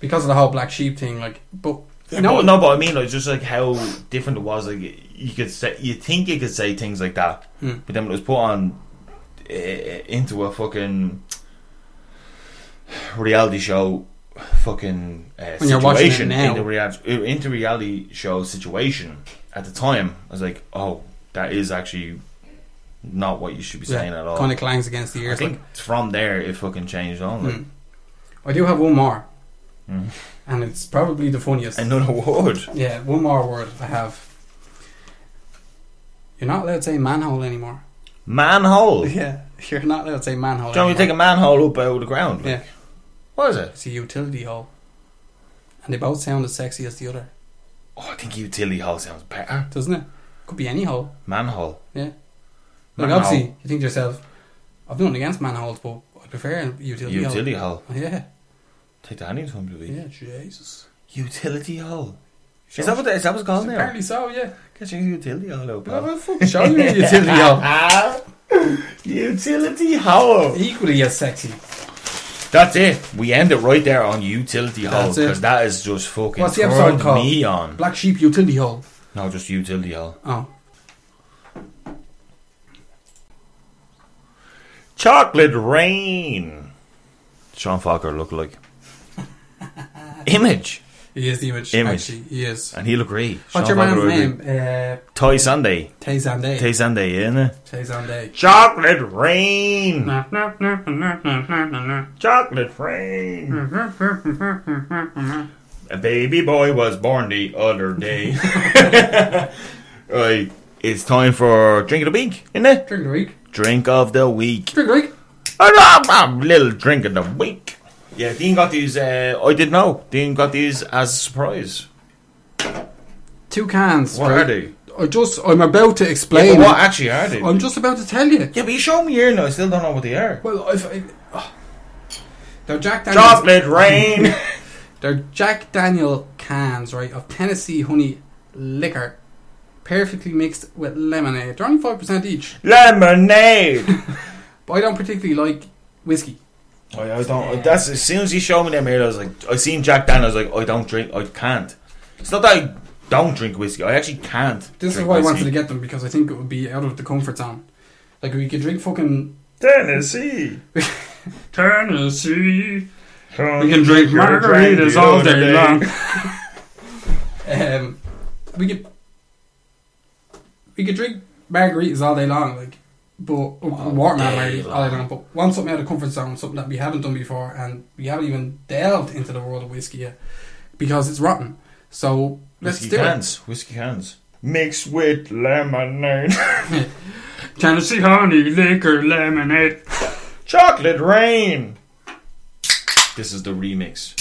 [SPEAKER 3] because of the whole black sheep thing. Like, but
[SPEAKER 2] No,
[SPEAKER 3] no,
[SPEAKER 2] but, no, but I mean, like, just like how different it was. Like you could say, you think you could say things like that,
[SPEAKER 3] Hmm.
[SPEAKER 2] but then when it was put on uh, into a fucking reality show, fucking uh,
[SPEAKER 3] When you're watching it
[SPEAKER 2] situation
[SPEAKER 3] now.
[SPEAKER 2] into reality into reality show situation at the time. I was like, oh, that is actually not what you should be saying at all.
[SPEAKER 3] Kind of clangs against the
[SPEAKER 2] I
[SPEAKER 3] ears.
[SPEAKER 2] think Mm.
[SPEAKER 3] Like,
[SPEAKER 2] from there it fucking changed on. Like,
[SPEAKER 3] Hmm. I do have one more,
[SPEAKER 2] Mhm.
[SPEAKER 3] and it's probably the funniest.
[SPEAKER 2] Another word.
[SPEAKER 3] Yeah, one more word I have. You're not allowed to say manhole anymore.
[SPEAKER 2] Manhole.
[SPEAKER 3] Yeah, you're not allowed to say manhole.
[SPEAKER 2] Don't you
[SPEAKER 3] anymore.
[SPEAKER 2] take a manhole up out of the ground? Like,
[SPEAKER 3] Yeah,
[SPEAKER 2] What is it?
[SPEAKER 3] it's a utility hole, and they both sound as sexy as the other,
[SPEAKER 2] Oh, I think utility hole sounds better.
[SPEAKER 3] doesn't it? Could be any hole.
[SPEAKER 2] Manhole.
[SPEAKER 3] Yeah. Like
[SPEAKER 2] Manhole.
[SPEAKER 3] obviously, you think to yourself, I've nothing against manholes, but I prefer a utility,
[SPEAKER 2] Utility hole.
[SPEAKER 3] hole. Yeah,
[SPEAKER 2] Take that any time to be.
[SPEAKER 3] yeah, Jesus.
[SPEAKER 2] Utility hole. Is that what that, is that what's called now?
[SPEAKER 3] Apparently so. Yeah.
[SPEAKER 2] Get your utility hole out, pal.
[SPEAKER 3] Well, well, fuck, show me your utility hole.
[SPEAKER 2] Ah, utility hole.
[SPEAKER 3] Equally as sexy.
[SPEAKER 2] That's it. We end it right there on utility hole
[SPEAKER 3] That's it.
[SPEAKER 2] because that is just fucking
[SPEAKER 3] What's the
[SPEAKER 2] turned
[SPEAKER 3] episode called?
[SPEAKER 2] me on.
[SPEAKER 3] Black sheep Oh, utility hole.
[SPEAKER 2] No, just utility hole.
[SPEAKER 3] Oh.
[SPEAKER 2] Chocolate Rain. Sean Falker looked like Image,
[SPEAKER 3] He is the image.
[SPEAKER 2] Image.
[SPEAKER 3] Actually, he is.
[SPEAKER 2] and he'll agree.
[SPEAKER 3] What's
[SPEAKER 2] Sean
[SPEAKER 3] your man's
[SPEAKER 2] Falker will agree.
[SPEAKER 3] name? Uh,
[SPEAKER 2] Toy Sunday.
[SPEAKER 3] Tay Zande.
[SPEAKER 2] Tay Sunday, innit?
[SPEAKER 3] Tay Zande.
[SPEAKER 2] Chocolate Rain.
[SPEAKER 3] Na, na, na, na, na, na, na, na.
[SPEAKER 2] Chocolate Rain. A baby boy was born the other day. right, it's time for drink of the week, isn't it?
[SPEAKER 3] Drink of the week.
[SPEAKER 2] Drink of the week.
[SPEAKER 3] Drink of the week.
[SPEAKER 2] A little drink of the week. Yeah, Dean got these. Uh, I didn't know. Dean got these as a surprise.
[SPEAKER 3] Two cans.
[SPEAKER 2] What
[SPEAKER 3] right?
[SPEAKER 2] are they?
[SPEAKER 3] I just, I'm about to
[SPEAKER 2] Yeah,
[SPEAKER 3] explain.
[SPEAKER 2] but what actually are they?
[SPEAKER 3] I'm just about to tell you.
[SPEAKER 2] yeah, but you showed me here and I still don't know what they are.
[SPEAKER 3] Well, if I, oh. they're Jack Daniels.
[SPEAKER 2] Chocolate rain.
[SPEAKER 3] They're Jack Daniel cans, right, of Tennessee honey liquor, perfectly mixed with lemonade. They're only five percent each,
[SPEAKER 2] Lemonade.
[SPEAKER 3] but I don't particularly like whiskey.
[SPEAKER 2] I, I don't. That's as soon as you showed me them here, I was like, I seen Jack Daniels. I was like, I don't drink. I can't. It's not that I don't drink whiskey. I actually can't.
[SPEAKER 3] This is
[SPEAKER 2] drink
[SPEAKER 3] why I
[SPEAKER 2] whiskey.
[SPEAKER 3] wanted to get them because I think it would be out of the comfort zone. Like we could drink fucking
[SPEAKER 2] Tennessee.
[SPEAKER 3] Tennessee.
[SPEAKER 2] We
[SPEAKER 3] We can drink margaritas all day long. um, we could we could drink margaritas all day long, like but watermelon
[SPEAKER 2] day
[SPEAKER 3] margaritas all day long. But want something out of comfort zone, something that we haven't done before, and we haven't even delved into the world of whiskey yet because it's rotten. So let's
[SPEAKER 2] Whiskey
[SPEAKER 3] do
[SPEAKER 2] cans. Whiskey cans. Mixed with lemonade.
[SPEAKER 3] it. Tennessee honey liquor lemonade.
[SPEAKER 2] Chocolate rain. This is the remix.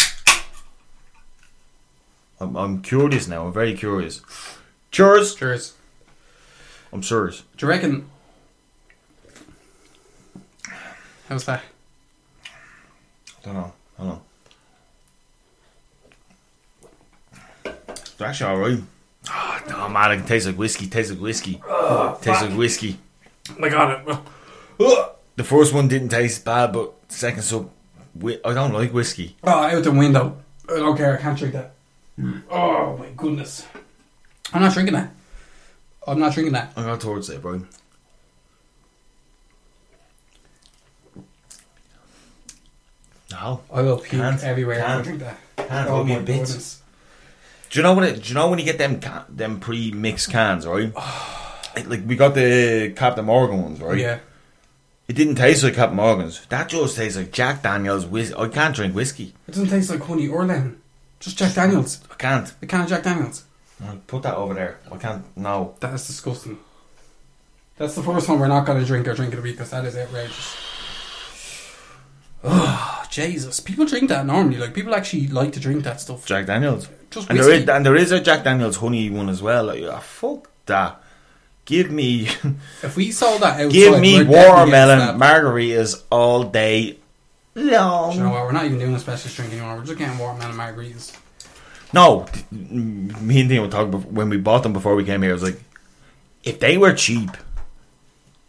[SPEAKER 2] I'm, I'm curious now. I'm very curious. Cheers.
[SPEAKER 3] Cheers.
[SPEAKER 2] I'm serious.
[SPEAKER 3] Do you reckon? How's that?
[SPEAKER 2] I don't know. I don't know. It's actually alright. Oh, no, man, it tastes like whiskey. Tastes like whiskey. tastes like whiskey.
[SPEAKER 3] I got it.
[SPEAKER 2] The first one didn't taste bad, but the second sub, whi- I don't like whiskey.
[SPEAKER 3] Oh, out the window. I don't care. I can't drink that. Oh my goodness. I'm not drinking that. I'm not drinking that.
[SPEAKER 2] I got towards it, bro. No.
[SPEAKER 3] I will puke
[SPEAKER 2] Can't.
[SPEAKER 3] everywhere. if I
[SPEAKER 2] Can't.
[SPEAKER 3] drink that.
[SPEAKER 2] Can't.
[SPEAKER 3] Oh,
[SPEAKER 2] It'll be a bit. Do you know when it, do you know when you get them ca- them pre mixed cans, right? It- like we got the Captain Morgan ones, right?
[SPEAKER 3] Yeah.
[SPEAKER 2] It didn't taste like Captain Morgan's. That just tastes like Jack Daniel's whiskey. I can't drink whiskey.
[SPEAKER 3] It doesn't taste like honey or lemon. Just Jack Daniels.
[SPEAKER 2] I can't.
[SPEAKER 3] The can of Jack Daniels.
[SPEAKER 2] No, Put that over there. I can't. No.
[SPEAKER 3] That is disgusting. That's the first one we're not going to drink or drink it a week because that is outrageous. Oh, Jesus. People drink that normally. Like, people actually like to drink that stuff.
[SPEAKER 2] Jack Daniel's.
[SPEAKER 3] Just
[SPEAKER 2] and there is
[SPEAKER 3] whiskey.
[SPEAKER 2] and there is a Jack Daniel's honey one as well. Like, ah, fuck that. Give me
[SPEAKER 3] If we sold that outside,
[SPEAKER 2] give me
[SPEAKER 3] we're definitely against
[SPEAKER 2] watermelon
[SPEAKER 3] that.
[SPEAKER 2] margaritas all day long.
[SPEAKER 3] Do you know what? We're not even doing a special drink anymore. We're just getting watermelon margaritas.
[SPEAKER 2] No, th- m- me and Dean were talking bef- when we bought them before we came here. I was like, if they were cheap,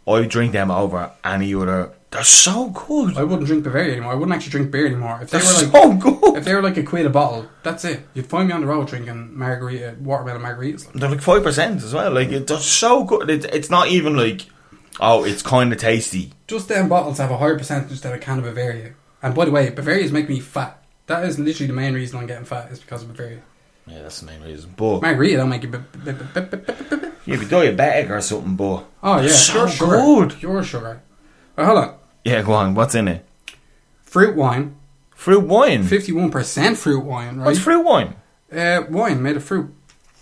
[SPEAKER 2] I'd drink them over any other. They're so good.
[SPEAKER 3] I wouldn't drink Bavaria anymore. I wouldn't actually drink beer anymore. If they
[SPEAKER 2] They're
[SPEAKER 3] were like,
[SPEAKER 2] so good.
[SPEAKER 3] if they were like a quid a bottle, that's it. You'd find me on the road drinking margarita, watermelon margaritas. Like,
[SPEAKER 2] They're like five percent as well. Like it- they're so good. It, it's not even like, oh, it's kind of tasty.
[SPEAKER 3] just them bottles have a higher percentage than a can of Bavaria. And by the way, Bavaria's make me fat. That is literally the main reason I'm getting fat is because of Bavaria.
[SPEAKER 2] Yeah, that's the main reason. But
[SPEAKER 3] Margarita don't make you. b- b- b- b- b- b- b- b-
[SPEAKER 2] yeah, if you're diabetic or something, but
[SPEAKER 3] Oh yeah,
[SPEAKER 2] they're so
[SPEAKER 3] pure sugar.
[SPEAKER 2] good.
[SPEAKER 3] Pure sugar. Right, hold on.
[SPEAKER 2] Yeah, go on. What's in it?
[SPEAKER 3] Fruit wine,
[SPEAKER 2] Fruit wine.
[SPEAKER 3] fifty-one percent fruit wine, right?
[SPEAKER 2] What's fruit wine?
[SPEAKER 3] uh, wine made of fruit.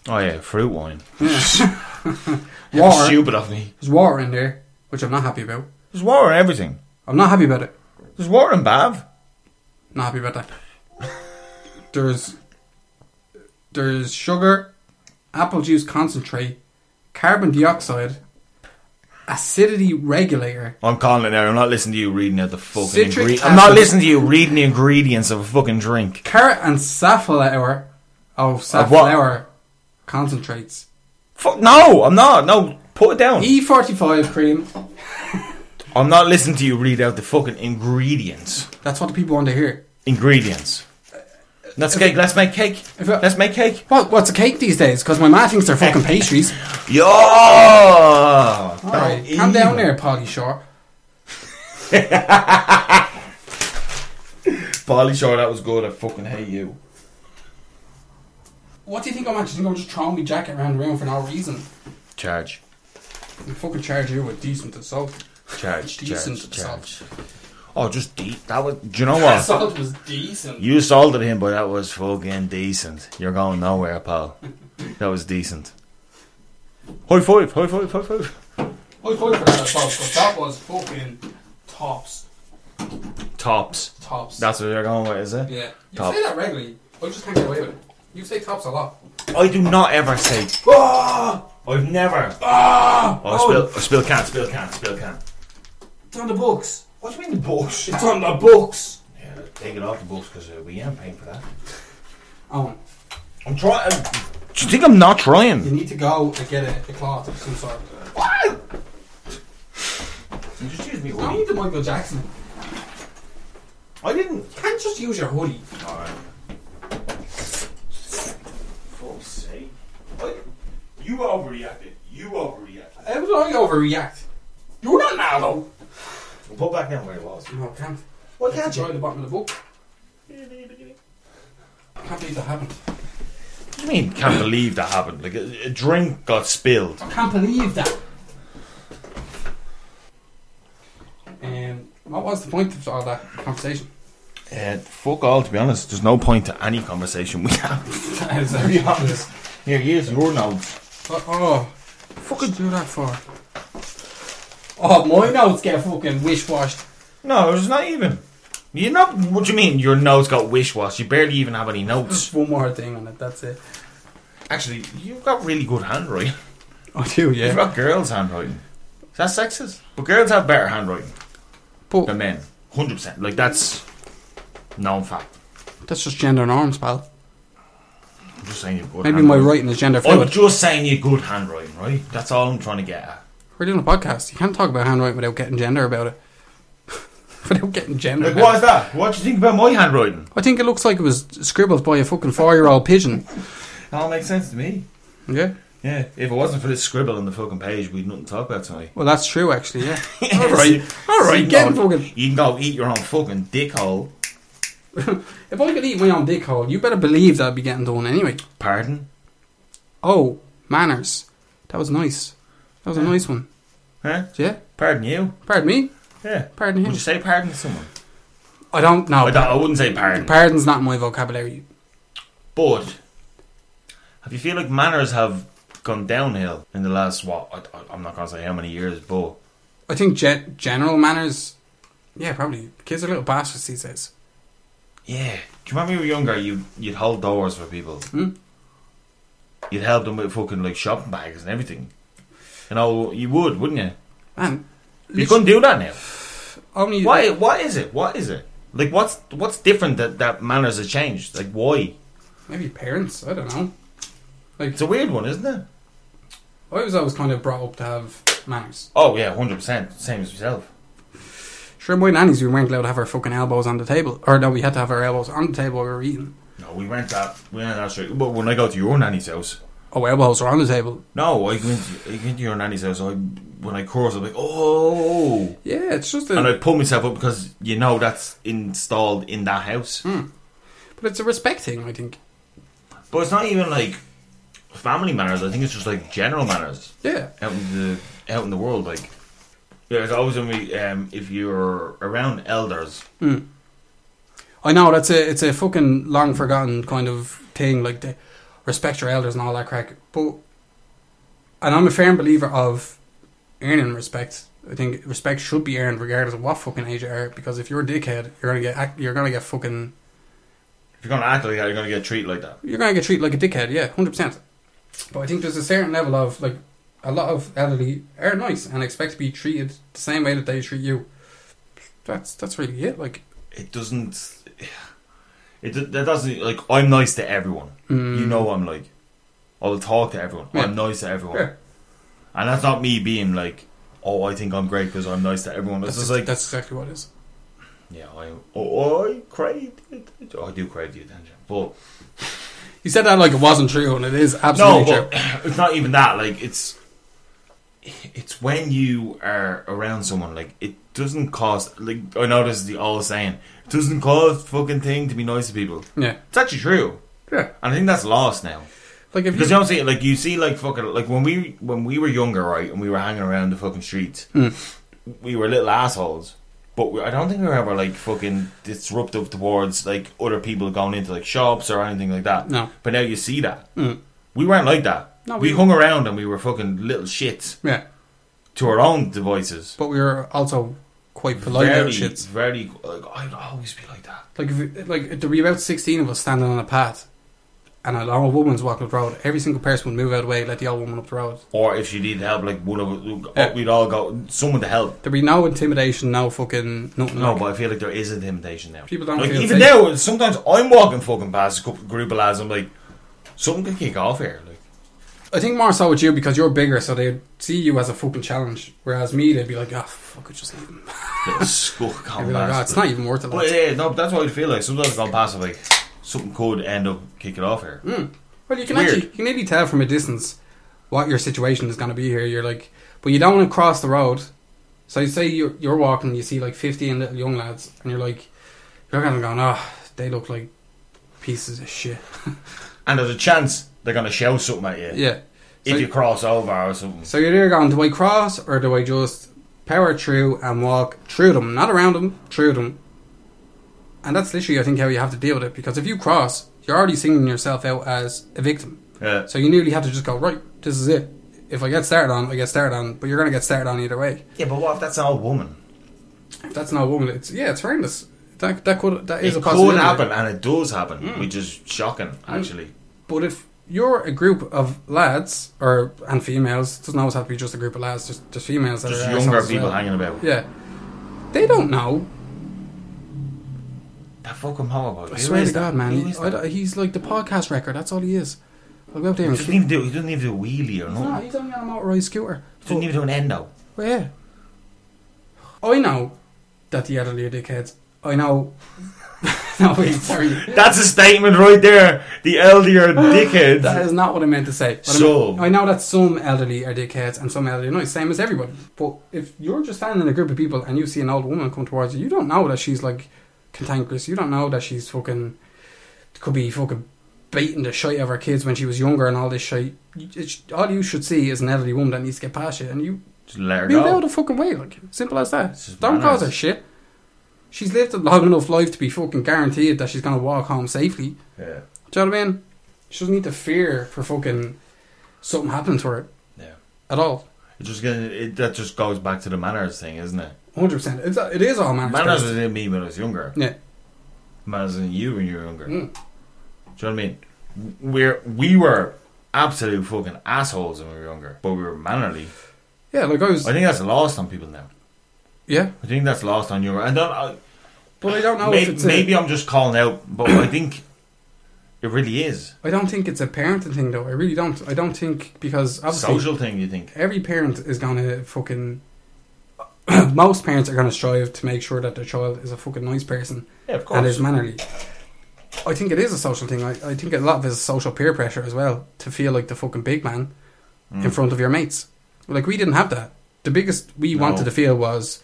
[SPEAKER 2] Oh yeah, fruit wine.
[SPEAKER 3] Water.
[SPEAKER 2] Stupid of me.
[SPEAKER 3] There's water in there, which I'm not happy about.
[SPEAKER 2] There's water in everything.
[SPEAKER 3] I'm not happy about it.
[SPEAKER 2] There's water in Bav.
[SPEAKER 3] Not happy about that. There's there's sugar, apple juice concentrate, carbon dioxide, acidity regulator.
[SPEAKER 2] I'm calling it now. I'm not listening to you reading out the fucking
[SPEAKER 3] Citric
[SPEAKER 2] ingredients.
[SPEAKER 3] acid.
[SPEAKER 2] I'm not listening to you reading the ingredients of a fucking drink.
[SPEAKER 3] Carrot and safflower. Oh,
[SPEAKER 2] what?
[SPEAKER 3] safflower concentrates.
[SPEAKER 2] Fuck no, I'm not. No, put it down.
[SPEAKER 3] E- E45 cream.
[SPEAKER 2] I'm not listening to you read out the fucking ingredients.
[SPEAKER 3] That's what the people want to hear.
[SPEAKER 2] Ingredients. Let's cake. Let's make cake.
[SPEAKER 3] if it-
[SPEAKER 2] Let's make cake.
[SPEAKER 3] What, what's a cake these days? Because my ma thinks they're fucking pastries.
[SPEAKER 2] Yo. All
[SPEAKER 3] Alright, calm down there, Polly Shore.
[SPEAKER 2] Polly Shore, that was good. I fucking hate you.
[SPEAKER 3] What do you think I'm actually going to just throw my jacket around the room for no reason?
[SPEAKER 2] Charge.
[SPEAKER 3] And fucking charge you with decent assault.
[SPEAKER 2] Charge.
[SPEAKER 3] Decent
[SPEAKER 2] Charge.
[SPEAKER 3] assault.
[SPEAKER 2] Charge. Oh, just deep. That was. Do you know what?
[SPEAKER 3] Assault was decent.
[SPEAKER 2] You assaulted him, but that was fucking decent. You're going nowhere, pal. That was decent. High five, high five, high five.
[SPEAKER 3] I voted for that assault because that was fucking tops,
[SPEAKER 2] Tops.
[SPEAKER 3] tops.
[SPEAKER 2] That's what you're going with, is it?
[SPEAKER 3] yeah. You
[SPEAKER 2] Top.
[SPEAKER 3] say that regularly. I just can't get away with it. You say tops a lot.
[SPEAKER 2] I do not ever say.
[SPEAKER 3] Ah!
[SPEAKER 2] I've never.
[SPEAKER 3] Ah!
[SPEAKER 2] Oh, spill, oh, spill can, spill can, spill can.
[SPEAKER 3] It's on the books.
[SPEAKER 2] What do you mean the books?
[SPEAKER 3] It's on the books.
[SPEAKER 2] Yeah, take it off the books because uh, we ain't paying for that.
[SPEAKER 3] Owen,
[SPEAKER 2] I'm trying. Do you think I'm not
[SPEAKER 3] Oh, you
[SPEAKER 2] trying?
[SPEAKER 3] need to go and get a, a cloth of some sort.
[SPEAKER 2] What? You just use me
[SPEAKER 3] Don't
[SPEAKER 2] hoodie.
[SPEAKER 3] need the Michael Jackson.
[SPEAKER 2] I didn't.
[SPEAKER 3] You can't just use your hoodie.
[SPEAKER 2] Alright. Fuck's sake. I, you overreacted. You overreacted.
[SPEAKER 3] How did I overreact? You're not Nalo.
[SPEAKER 2] We'll put back in where it was.
[SPEAKER 3] No, I can't.
[SPEAKER 2] Why
[SPEAKER 3] It's right at the bottom of the book. Can't believe that happened.
[SPEAKER 2] you mean can't believe that happened? Like a, a drink got spilled.
[SPEAKER 3] I can't believe that. Um, what was the point of all that conversation?
[SPEAKER 2] Uh, fuck all, to be honest. There's no point to any conversation we have.
[SPEAKER 3] That is very obvious.
[SPEAKER 2] Here, here's your notes.
[SPEAKER 3] Oh, oh, fucking do that for? Oh, my notes get fucking wish washed.
[SPEAKER 2] No, it's not even. You know what do you mean? Your notes got wish wash. You barely even have any
[SPEAKER 3] Just
[SPEAKER 2] notes.
[SPEAKER 3] one more thing on it. That's it.
[SPEAKER 2] Actually, you've got really good handwriting.
[SPEAKER 3] I do,
[SPEAKER 2] You've got girls' handwriting. Is that sexist? But girls have better handwriting. than
[SPEAKER 3] But
[SPEAKER 2] men. Hundred percent. Like that's known fact.
[SPEAKER 3] that's just gender norms, pal.
[SPEAKER 2] I'm just saying you're good.
[SPEAKER 3] Maybe my
[SPEAKER 2] handwriting.
[SPEAKER 3] writing is gender
[SPEAKER 2] I'm
[SPEAKER 3] fluid.
[SPEAKER 2] just saying you're good handwriting, right? That's all I'm trying to get at.
[SPEAKER 3] We're doing a podcast. You can't talk about handwriting without getting gender about it. without getting gender.
[SPEAKER 2] Like,
[SPEAKER 3] about
[SPEAKER 2] what is
[SPEAKER 3] it.
[SPEAKER 2] that? What do you think about my handwriting?
[SPEAKER 3] I think it looks like it was scribbled by a fucking four-year-old pigeon.
[SPEAKER 2] That all makes sense to me.
[SPEAKER 3] Yeah.
[SPEAKER 2] Yeah. If it wasn't for this scribble on the fucking page, we'd nothing to talk about tonight.
[SPEAKER 3] Well, that's true, actually. Yeah.
[SPEAKER 2] All
[SPEAKER 3] right. All right, get fucking-
[SPEAKER 2] You can go eat your own fucking dickhole.
[SPEAKER 3] If I could eat my own dick hole, you better believe that I'd be getting done anyway.
[SPEAKER 2] Pardon?
[SPEAKER 3] Oh, manners. That was nice. That was a nice one.
[SPEAKER 2] Huh?
[SPEAKER 3] Yeah?
[SPEAKER 2] Pardon you?
[SPEAKER 3] Pardon me?
[SPEAKER 2] Yeah.
[SPEAKER 3] Pardon
[SPEAKER 2] Would
[SPEAKER 3] him?
[SPEAKER 2] you say pardon to someone?
[SPEAKER 3] I don't know.
[SPEAKER 2] I, don't- I wouldn't say pardon.
[SPEAKER 3] Pardon's not in my vocabulary.
[SPEAKER 2] But if you feel like manners have gone downhill in the last what I, I, I'm not gonna say how many years, but
[SPEAKER 3] I think gen- general manners. Yeah, probably. Kids are little bastards these days.
[SPEAKER 2] yeah. Do you remember when you were younger? You you'd hold doors for people.
[SPEAKER 3] Hmm?
[SPEAKER 2] You'd help them with fucking like shopping bags and everything. You know you would, wouldn't you?
[SPEAKER 3] Man,
[SPEAKER 2] You couldn't do that now.
[SPEAKER 3] only.
[SPEAKER 2] Why? What is it? What is it? Like what's what's different that that manners have changed? Like why?
[SPEAKER 3] Maybe parents. I don't know.
[SPEAKER 2] It's a weird one, isn't it?
[SPEAKER 3] I was always kind of brought up to have manners.
[SPEAKER 2] Oh yeah, hundred percent. Same as myself.
[SPEAKER 3] Sure, my nannies, we weren't allowed to have our fucking elbows on the table. Or no, we had to have our elbows on the table while we were eating.
[SPEAKER 2] No, we went that. We went that straight. But when I go to your nanny's house,
[SPEAKER 3] Oh, elbows are on the table.
[SPEAKER 2] No, I went. I went to your nanny's house. I when I curse, I'm like, oh,
[SPEAKER 3] Yeah, it's just a.
[SPEAKER 2] and I pull myself up because you know that's installed in that house.
[SPEAKER 3] But it's a respect thing, I think.
[SPEAKER 2] But it's not even like family manners. I think it's just like general manners
[SPEAKER 3] Yeah.
[SPEAKER 2] out in the out in the world. Like, there's always gonna be um, if you're around elders.
[SPEAKER 3] I know that's a it's a fucking long forgotten kind of thing, like the respect your elders and all that crack. But and I'm a firm believer of earning respect. I think respect should be earned regardless of what fucking age you are, because if you're a dickhead, you're gonna get act- you're gonna get fucking
[SPEAKER 2] If you're gonna act like that, you're gonna get treated like that.
[SPEAKER 3] you're gonna get treated like a dickhead. Yeah, hundred percent. But I think there's a certain level of like a lot of elderly are nice and expect to be treated the same way that they treat you. That's that's really it. Like
[SPEAKER 2] It doesn't. It do- that doesn't like I'm nice to everyone. You know I'm like. I'll talk to everyone.
[SPEAKER 3] Mm. Yeah.
[SPEAKER 2] I'm nice to everyone.
[SPEAKER 3] yeah,
[SPEAKER 2] And that's not me being like, oh, I think I'm great because I'm nice to everyone. It's
[SPEAKER 3] that's
[SPEAKER 2] just like,
[SPEAKER 3] that's exactly what it is.
[SPEAKER 2] yeah, I, oh, I crave the attention. I do crave the attention. But
[SPEAKER 3] You said that like it wasn't true, and it is
[SPEAKER 2] no,
[SPEAKER 3] absolutely
[SPEAKER 2] but
[SPEAKER 3] true.
[SPEAKER 2] it's not even that. Like, it's it's when you are around someone, like, it doesn't cost like I know this is the old saying. It doesn't cost fucking thing to be nice to people.
[SPEAKER 3] Yeah.
[SPEAKER 2] It's actually true.
[SPEAKER 3] Yeah.
[SPEAKER 2] And I think that's lost now.
[SPEAKER 3] Like if
[SPEAKER 2] Because
[SPEAKER 3] you,
[SPEAKER 2] you don't see it like you see like fucking like when we when we were younger, right, and we were hanging around the fucking streets,
[SPEAKER 3] Hmm.
[SPEAKER 2] we were little assholes. But we, I don't think we were ever like fucking disruptive towards like other people going into like shops or anything like that.
[SPEAKER 3] No. Hmm.
[SPEAKER 2] But now you see that we weren't like that.
[SPEAKER 3] No,
[SPEAKER 2] we,
[SPEAKER 3] we-
[SPEAKER 2] hung around and we were fucking little shits
[SPEAKER 3] yeah,
[SPEAKER 2] to our own devices.
[SPEAKER 3] but we were also quite polite
[SPEAKER 2] very,
[SPEAKER 3] little shits.
[SPEAKER 2] very. Like, I'd always be like that.
[SPEAKER 3] Like if like there'd be about sixteen of us standing on a path, and an old woman's walking up the road. Every single person would move out of the way, let the old woman up the road.
[SPEAKER 2] Or if she needed help, like one of us,
[SPEAKER 3] Yeah.
[SPEAKER 2] we'd all go someone to help.
[SPEAKER 3] There'd be no intimidation, no fucking nothing.
[SPEAKER 2] No,
[SPEAKER 3] like-
[SPEAKER 2] but I feel like there is intimidation now.
[SPEAKER 3] People don't
[SPEAKER 2] like
[SPEAKER 3] feel
[SPEAKER 2] even
[SPEAKER 3] safe.
[SPEAKER 2] now. Sometimes I'm walking fucking past a couple group of lads. I'm like, something can kick off here. Like,
[SPEAKER 3] I think more so with you because you're bigger, so they'd see you as a fucking challenge. Whereas me, they'd be like, "Oh fuck, it just leave him."
[SPEAKER 2] little scuff
[SPEAKER 3] I'd
[SPEAKER 2] gone
[SPEAKER 3] be like, "Oh,
[SPEAKER 2] past.
[SPEAKER 3] it's not even worth it."
[SPEAKER 2] But
[SPEAKER 3] lads."
[SPEAKER 2] yeah, no, but that's what I feel like. Sometimes I've gone past. I'm like, something could end up kicking off here.
[SPEAKER 3] Mm. Well, you can
[SPEAKER 2] Weird.
[SPEAKER 3] actually you can nearly tell from a distance what your situation is going to be here. You're like, but you don't want to cross the road. So you say you're, you're walking, you see like 15 little young lads, and you're like, you're kind of going, oh, they look like pieces of shit.
[SPEAKER 2] And there's a chance they're gonna shout something at you.
[SPEAKER 3] yeah. So,
[SPEAKER 2] If you cross over or something.
[SPEAKER 3] so you're there going, do I cross or do I just power through and walk through them, not around them, through them? And that's literally, I think, how you have to deal with it because if you cross, you're already singling yourself out as a victim.
[SPEAKER 2] Yeah.
[SPEAKER 3] So you nearly have to just go, right, this is it. If I get started on, I get started on, but you're going to get started on either way.
[SPEAKER 2] yeah, but what if that's an old woman?
[SPEAKER 3] If that's not a woman, it's, yeah, it's horrendous. That, that could, that is
[SPEAKER 2] It
[SPEAKER 3] a possibility. Mm.
[SPEAKER 2] could happen, and it does happen, which is shocking, actually.
[SPEAKER 3] But if you're a group of lads, or, and females, it doesn't always have to be just a group of lads, just, just females that
[SPEAKER 2] Just
[SPEAKER 3] are
[SPEAKER 2] younger
[SPEAKER 3] assholes as
[SPEAKER 2] people
[SPEAKER 3] well.
[SPEAKER 2] hanging about.
[SPEAKER 3] Yeah. They don't know.
[SPEAKER 2] That fucking horrible.
[SPEAKER 3] I swear to God, man. he- I don't- he's like the podcast record, that's all he is. I'll go up there and
[SPEAKER 2] doesn't even do. He doesn't even do a wheelie or
[SPEAKER 3] No,
[SPEAKER 2] nothing.
[SPEAKER 3] he's only on a motorised scooter.
[SPEAKER 2] He doesn't even do an endo.
[SPEAKER 3] Well, yeah. I know that the elderly are dickheads. I know. no, wait, sorry.
[SPEAKER 2] That's a statement right there. The elder
[SPEAKER 3] That
[SPEAKER 2] dickhead.
[SPEAKER 3] is not what I meant to say. What I
[SPEAKER 2] So-
[SPEAKER 3] meant- I, know that some elderly are dickheads and some elderly are nice, same as everybody. But if you're just standing in a group of people and you see an old woman come towards you, you don't know that she's like cantankerous. You don't know that she's fucking could be fucking baiting the shite out of her kids when she was younger and all this shit. All you should see is an elderly woman that needs to get past you, and you
[SPEAKER 2] Just let her
[SPEAKER 3] Be out
[SPEAKER 2] go.
[SPEAKER 3] the fucking way, like simple as that.
[SPEAKER 2] It's just
[SPEAKER 3] Don't
[SPEAKER 2] manners.
[SPEAKER 3] cause her shit. She's lived a long enough life to be fucking guaranteed that she's gonna walk home safely.
[SPEAKER 2] Yeah.
[SPEAKER 3] Do you know what I mean? She doesn't need to fear for fucking something happening to her
[SPEAKER 2] Yeah.
[SPEAKER 3] at all.
[SPEAKER 2] It just gonna, it, that just goes back to the manners thing, isn't it?
[SPEAKER 3] Hundred percent. It's it is all manners.
[SPEAKER 2] Manners
[SPEAKER 3] based.
[SPEAKER 2] was in me when I was younger.
[SPEAKER 3] yeah,
[SPEAKER 2] Manners was in you when you were younger.
[SPEAKER 3] Mm.
[SPEAKER 2] Do you know what I mean? We're we were absolute fucking assholes when we were younger, but we were mannerly.
[SPEAKER 3] yeah. Like I was.
[SPEAKER 2] I think that's lost on people now.
[SPEAKER 3] yeah,
[SPEAKER 2] I think that's lost on you. And I,
[SPEAKER 3] but I don't know Oh, if
[SPEAKER 2] maybe,
[SPEAKER 3] it's
[SPEAKER 2] maybe
[SPEAKER 3] A,
[SPEAKER 2] I'm just calling out, but I think it really is
[SPEAKER 3] I don't think it's a parenting thing though. I really don't. I don't think because obviously
[SPEAKER 2] social thing. You think?
[SPEAKER 3] every parent is gonna fucking. most parents are gonna strive to make sure that their child is a fucking nice person.
[SPEAKER 2] Yeah, of
[SPEAKER 3] and is mannerly. I think it is a social thing. I, I think a lot of it is social peer pressure as well to feel like the fucking big man
[SPEAKER 2] Mm.
[SPEAKER 3] in front of your mates. Like we didn't have that. The biggest we
[SPEAKER 2] No.
[SPEAKER 3] wanted to feel was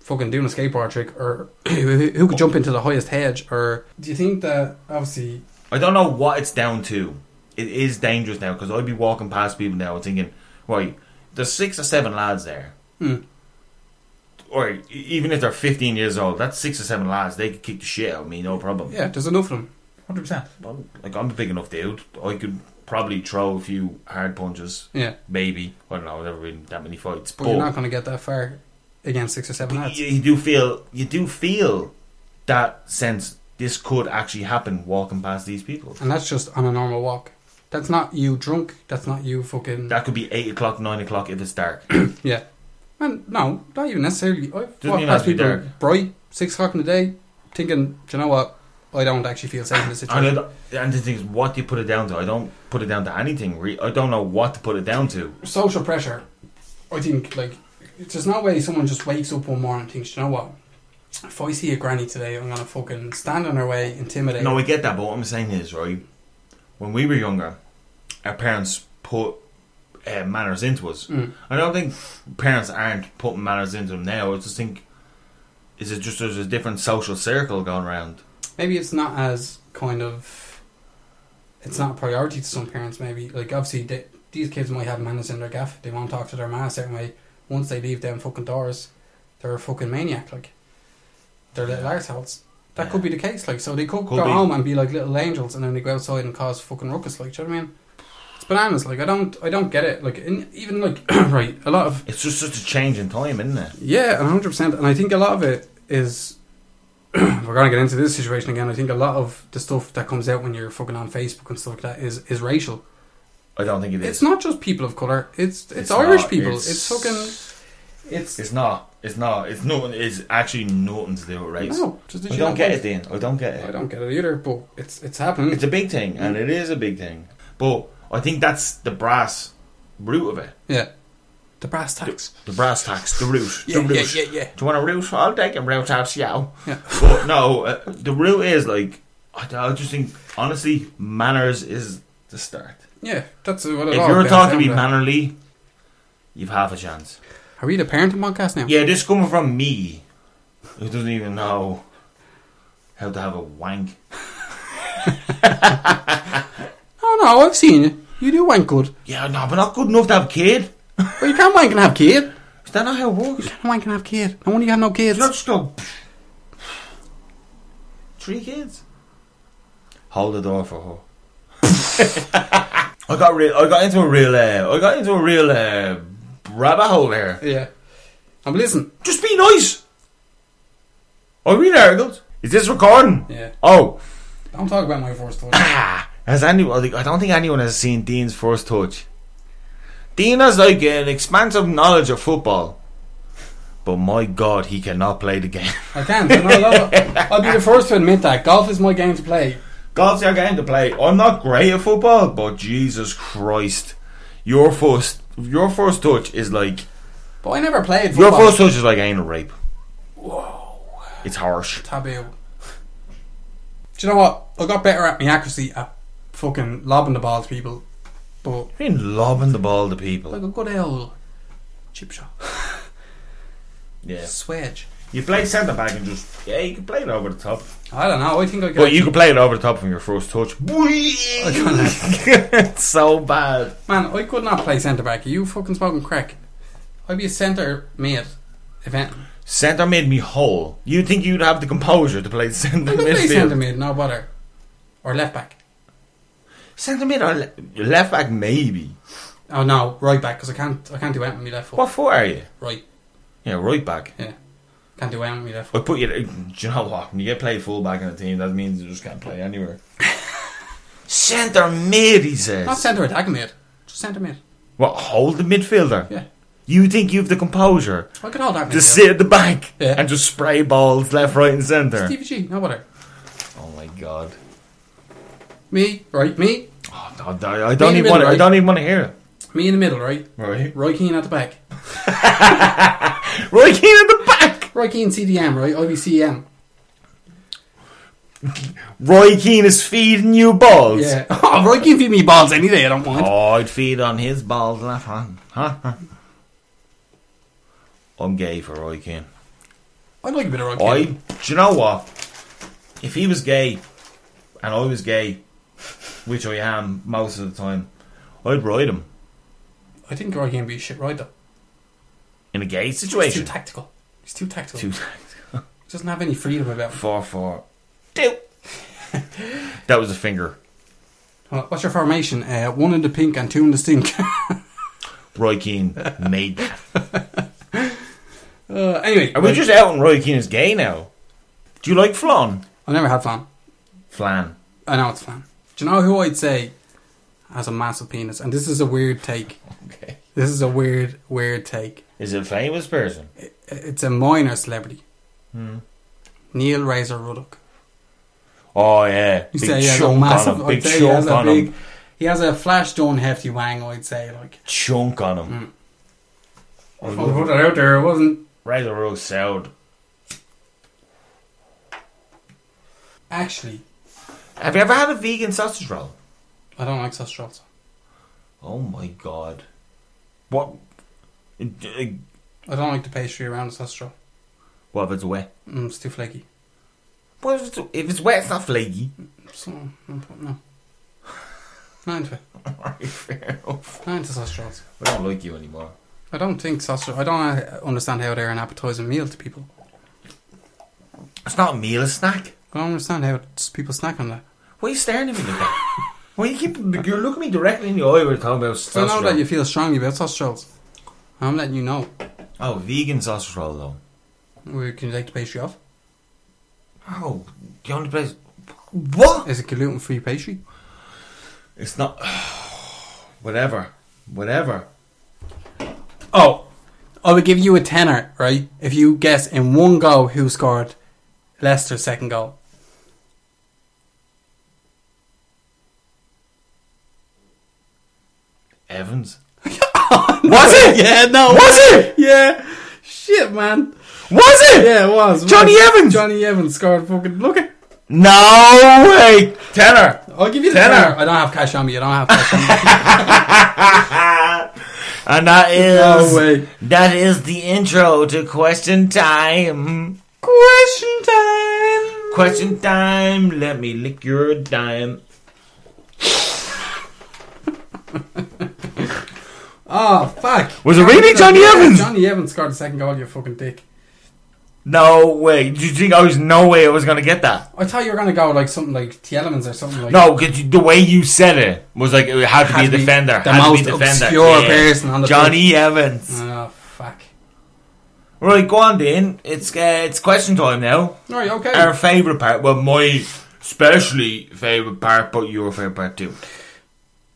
[SPEAKER 3] fucking doing a skateboard trick or who who could jump into the highest hedge or. Do you think that obviously?
[SPEAKER 2] I don't know what it's down to. It is dangerous now because I'd be walking past people now and thinking, right, there's six or seven lads there.
[SPEAKER 3] Hmm.
[SPEAKER 2] Or e- even if they're 15 years old, that's six or seven lads. They could kick the shit out of me, no problem.
[SPEAKER 3] Yeah, there's enough of them.
[SPEAKER 2] hundred percent. Like I'm a big enough dude. I could probably throw a few hard punches.
[SPEAKER 3] Yeah,
[SPEAKER 2] Maybe I don't know. I've never been in that many fights,
[SPEAKER 3] but
[SPEAKER 2] but,
[SPEAKER 3] you're not going to get that far against six or seven lads.
[SPEAKER 2] you, you do feel you do feel that sense. This could actually happen walking past these people.
[SPEAKER 3] And that's just on a normal walk. That's not you drunk. That's not you fucking.
[SPEAKER 2] That could be eight o'clock, nine o'clock if it's dark.
[SPEAKER 3] Yeah. And no, not even necessarily. I've
[SPEAKER 2] even
[SPEAKER 3] walked
[SPEAKER 2] have
[SPEAKER 3] past
[SPEAKER 2] to be
[SPEAKER 3] people
[SPEAKER 2] dark.
[SPEAKER 3] bright, six o'clock in the day, thinking, do you know what? I don't actually feel safe in this
[SPEAKER 2] And,
[SPEAKER 3] situation.
[SPEAKER 2] it, and the thing is, what do you put it down to? I don't put it down to anything. Re- I don't know what to put it down to.
[SPEAKER 3] Social pressure, I think, like, there's no way someone just wakes up one morning and thinks, do you know what? If I see a granny today, I'm going to fucking stand in her way, intimidate
[SPEAKER 2] No,
[SPEAKER 3] her.
[SPEAKER 2] I get that, but what I'm saying is, right, when we were younger, our parents put uh, manners into us.
[SPEAKER 3] Mm.
[SPEAKER 2] I don't think parents aren't putting manners into them now. I just think is it just there's a different social circle going around.
[SPEAKER 3] Maybe it's not as kind of. It's not a priority to some parents. Maybe like obviously they, these kids might have manners in their gaff. They won't talk to their ma a certain way. Once they leave them fucking doors, they're a fucking maniac. Like they're little arseholes. That
[SPEAKER 2] Yeah.
[SPEAKER 3] could be the case. Like so, they could,
[SPEAKER 2] Could
[SPEAKER 3] go
[SPEAKER 2] be.
[SPEAKER 3] home and be like little angels, and then they go outside and cause fucking ruckus. Like, do you know what I mean? It's bananas. Like I don't, I don't get it. Like in, even like right, a lot of
[SPEAKER 2] It's just such a change in time, isn't it?
[SPEAKER 3] yeah, one hundred percent. And I think a lot of it is we're gonna get into this situation again. I think a lot of the stuff that comes out when you're fucking on Facebook and stuff like that is is racial.
[SPEAKER 2] I don't think it is.
[SPEAKER 3] It's not just people of color. It's it's,
[SPEAKER 2] It's
[SPEAKER 3] Irish
[SPEAKER 2] not.
[SPEAKER 3] people. It's,
[SPEAKER 2] It's-
[SPEAKER 3] fucking it's,
[SPEAKER 2] It's not. It's not. It's nothing. It's actually nothing to do with race.
[SPEAKER 3] no. Just,
[SPEAKER 2] I don't get it, Dean. I don't get it.
[SPEAKER 3] I don't get it either. But it's it's happening.
[SPEAKER 2] It's a big thing, and it is a big thing. But I think that's the brass root of it.
[SPEAKER 3] yeah, the brass tacks.
[SPEAKER 2] The brass tacks, the root.
[SPEAKER 3] Yeah,
[SPEAKER 2] the
[SPEAKER 3] yeah,
[SPEAKER 2] root.
[SPEAKER 3] yeah, yeah.
[SPEAKER 2] Do you want a root? I'll take a root out, yeah.
[SPEAKER 3] Yeah.
[SPEAKER 2] But no, uh, the root is like, I, don't- I just think, honestly, manners is the start.
[SPEAKER 3] Yeah, that's what it
[SPEAKER 2] If
[SPEAKER 3] all
[SPEAKER 2] you're
[SPEAKER 3] boils
[SPEAKER 2] taught to
[SPEAKER 3] down
[SPEAKER 2] be mannerly, you've half a chance.
[SPEAKER 3] Are we the parenting podcast now?
[SPEAKER 2] Yeah, this coming from me, who doesn't even know how to have a wank.
[SPEAKER 3] Oh no, I've seen you. You do wank good,
[SPEAKER 2] Yeah, no, but not good enough to have a kid.
[SPEAKER 3] but you can't wank and have kid.
[SPEAKER 2] Is that not how it works?
[SPEAKER 3] You can't wank and have kid. No wonder you have no
[SPEAKER 2] It's
[SPEAKER 3] kids.
[SPEAKER 2] not just go. Three kids. Hold the door for her. I got real. I got into a real. Uh, I got into a real uh, rabbit hole there.
[SPEAKER 3] Yeah. I'm listening.
[SPEAKER 2] Just be nice. I read articles. Is this recording?
[SPEAKER 3] Yeah.
[SPEAKER 2] Oh,
[SPEAKER 3] Don't talk about my first touch.
[SPEAKER 2] ah, has anyone? I don't think anyone has seen Dean's first touch. Dean has like an expansive knowledge of football, but my God, he cannot play the game.
[SPEAKER 3] I can't. And I love it. I'll be the first to admit that. Golf is my game to play.
[SPEAKER 2] God's your game to play. I'm not great at football, but Jesus Christ, your first your first touch is like
[SPEAKER 3] But I never played
[SPEAKER 2] your
[SPEAKER 3] football.
[SPEAKER 2] first touch is like anal rape. Whoa, it's harsh.
[SPEAKER 3] Taboo. Do you know what? I got better at my accuracy at fucking lobbing the ball to people. But
[SPEAKER 2] You've been lobbing the ball to
[SPEAKER 3] like
[SPEAKER 2] people.
[SPEAKER 3] a good old chip shot.
[SPEAKER 2] Yeah,
[SPEAKER 3] Swedge.
[SPEAKER 2] you play centre back and just yeah, you can play it over the top.
[SPEAKER 3] I don't know. I think I got...
[SPEAKER 2] But you can play it over the top from your first touch. it's so bad.
[SPEAKER 3] Man, I could not play centre back. You fucking smoking crack. I'd be a centre mid. Event.
[SPEAKER 2] Centre made me whole. You'd think you'd have the composure to play centre
[SPEAKER 3] I could play centre
[SPEAKER 2] midfield.
[SPEAKER 3] mid, no bother. Or left back.
[SPEAKER 2] Centre mid or le- left back maybe.
[SPEAKER 3] Oh no, right back because I can't. I can't do anything with my left foot.
[SPEAKER 2] What for are you?
[SPEAKER 3] Right,
[SPEAKER 2] Yeah, right back.
[SPEAKER 3] yeah, can't do anything with my left foot.
[SPEAKER 2] I put you. Do you know what? When you get played fullback in a team, that means you just can't play anywhere. centre mid, he says.
[SPEAKER 3] Not centre attack mid, just centre mid.
[SPEAKER 2] what? Hold the midfielder.
[SPEAKER 3] Yeah,
[SPEAKER 2] You think you have the composure
[SPEAKER 3] I could hold that.
[SPEAKER 2] to
[SPEAKER 3] midfield.
[SPEAKER 2] sit at the back
[SPEAKER 3] Yeah.
[SPEAKER 2] and just spray balls left, right, and centre?
[SPEAKER 3] Stevie G, no bother.
[SPEAKER 2] Oh my god!
[SPEAKER 3] Me, right, me,
[SPEAKER 2] Oh, no, no, I don't
[SPEAKER 3] the
[SPEAKER 2] even
[SPEAKER 3] middle,
[SPEAKER 2] want. to I
[SPEAKER 3] right?
[SPEAKER 2] don't even want to hear it.
[SPEAKER 3] me in the middle, right.
[SPEAKER 2] Right,
[SPEAKER 3] Roy Keane at the back.
[SPEAKER 2] right here at the back.
[SPEAKER 3] Roy Keane CDM, right? I'll be CM.
[SPEAKER 2] Roy Keane is feeding you balls.
[SPEAKER 3] Yeah. Oh, Roy Keane feed me balls any day. I don't mind.
[SPEAKER 2] Oh, I'd feed on his balls left hand. Huh? Huh? I'm gay for Roy Keane.
[SPEAKER 3] I like a bit of Roy
[SPEAKER 2] I,
[SPEAKER 3] Keane.
[SPEAKER 2] do you know what? If he was gay, and I was gay, which I am most of the time, I'd ride him
[SPEAKER 3] I, think Roy Keane would be a shit right though.
[SPEAKER 2] in a gay
[SPEAKER 3] He's too
[SPEAKER 2] situation.
[SPEAKER 3] tactical. He's too tactical.
[SPEAKER 2] Two
[SPEAKER 3] He
[SPEAKER 2] times.
[SPEAKER 3] doesn't have any freedom about him.
[SPEAKER 2] Four, four, two. that was a finger.
[SPEAKER 3] Well, What's your formation? Uh, one in the pink and two in the stink.
[SPEAKER 2] Roy Keane made that.
[SPEAKER 3] uh, anyway,
[SPEAKER 2] Are we
[SPEAKER 3] right.
[SPEAKER 2] just out on Roy Keane is gay now? Do you like flan?
[SPEAKER 3] I never had fun.
[SPEAKER 2] Flan.
[SPEAKER 3] I know it's fun. Do you know who I'd say has a massive penis? And this is a weird take.
[SPEAKER 2] Okay.
[SPEAKER 3] This is a weird, weird take.
[SPEAKER 2] Is it a famous person?
[SPEAKER 3] I- It's a minor celebrity.
[SPEAKER 2] Hmm.
[SPEAKER 3] Neil Razor Ruddock.
[SPEAKER 2] Oh yeah,
[SPEAKER 3] You
[SPEAKER 2] big
[SPEAKER 3] say he has a
[SPEAKER 2] chunk
[SPEAKER 3] massive.
[SPEAKER 2] on him.
[SPEAKER 3] I'd
[SPEAKER 2] Big
[SPEAKER 3] say he has
[SPEAKER 2] chunk
[SPEAKER 3] a
[SPEAKER 2] on
[SPEAKER 3] big.
[SPEAKER 2] him.
[SPEAKER 3] He has a flash done hefty wang. I'd say like.
[SPEAKER 2] Chunk on him. Oh,
[SPEAKER 3] I'll put it out there. It wasn't
[SPEAKER 2] Razor Rose sound.
[SPEAKER 3] actually.
[SPEAKER 2] Have you ever had a vegan sausage roll?
[SPEAKER 3] I don't like sausage rolls.
[SPEAKER 2] Oh my god. What?
[SPEAKER 3] I don't like the pastry around the nostril.
[SPEAKER 2] What if it's wet?
[SPEAKER 3] Mm, it's too flaky.
[SPEAKER 2] Well, if it's, if it's wet, it's not flaky.
[SPEAKER 3] So, no. no. Not into it.
[SPEAKER 2] Alright, fair enough.
[SPEAKER 3] Not into sausage rolls.
[SPEAKER 2] I don't like you anymore.
[SPEAKER 3] I don't think sausage. I don't uh, understand how they're an appetizing meal to people.
[SPEAKER 2] It's not a meal, it's a snack.
[SPEAKER 3] I don't understand how s- people snack on that.
[SPEAKER 2] Why are you staring at me like that? Why you keep you're looking me directly in the eye when you're talking about
[SPEAKER 3] So I
[SPEAKER 2] sausage
[SPEAKER 3] know
[SPEAKER 2] roll?
[SPEAKER 3] that you feel strongly about sausage rolls. I'm letting you know.
[SPEAKER 2] Oh, vegan sausage roll though.
[SPEAKER 3] We can take the pastry off.
[SPEAKER 2] Oh, the only place. What?
[SPEAKER 3] Is it gluten free pastry?
[SPEAKER 2] It's not. Whatever. Whatever. Oh,
[SPEAKER 3] I would give you a tenner, right? If you guess in one go who scored Leicester's second goal.
[SPEAKER 2] Evans. Was it?
[SPEAKER 3] Yeah, no.
[SPEAKER 2] Was it?
[SPEAKER 3] Yeah. Shit, man.
[SPEAKER 2] Was it?
[SPEAKER 3] Yeah, it was.
[SPEAKER 2] Johnny
[SPEAKER 3] man.
[SPEAKER 2] Evans!
[SPEAKER 3] Johnny Evans scored fucking. Look at.
[SPEAKER 2] No way. Tenor.
[SPEAKER 3] I'll give you the
[SPEAKER 2] Tenner.
[SPEAKER 3] tenner. I don't have cash on me. I don't have cash on me.
[SPEAKER 2] and that is
[SPEAKER 3] No way.
[SPEAKER 2] that is the intro to question time.
[SPEAKER 3] Question time.
[SPEAKER 2] Question time. Let me lick your dime.
[SPEAKER 3] Oh fuck.
[SPEAKER 2] Was it really Johnny
[SPEAKER 3] Yeah,
[SPEAKER 2] Evans?
[SPEAKER 3] Johnny Evans scored the second goal. You fucking dick.
[SPEAKER 2] No way. Did you think I was no way I was gonna get that?
[SPEAKER 3] I thought you were gonna go like something like T Elements or something like.
[SPEAKER 2] No, because the way you said it was like it had to
[SPEAKER 3] Had
[SPEAKER 2] be a
[SPEAKER 3] to be
[SPEAKER 2] defender.
[SPEAKER 3] the
[SPEAKER 2] had to be
[SPEAKER 3] most
[SPEAKER 2] defender.
[SPEAKER 3] obscure person on the
[SPEAKER 2] Johnny Evans.
[SPEAKER 3] Oh fuck.
[SPEAKER 2] Right, go on, Dean. It's uh, it's question time now.
[SPEAKER 3] All right. Okay.
[SPEAKER 2] Our favourite part. Well, my especially favourite part, but your favourite part too.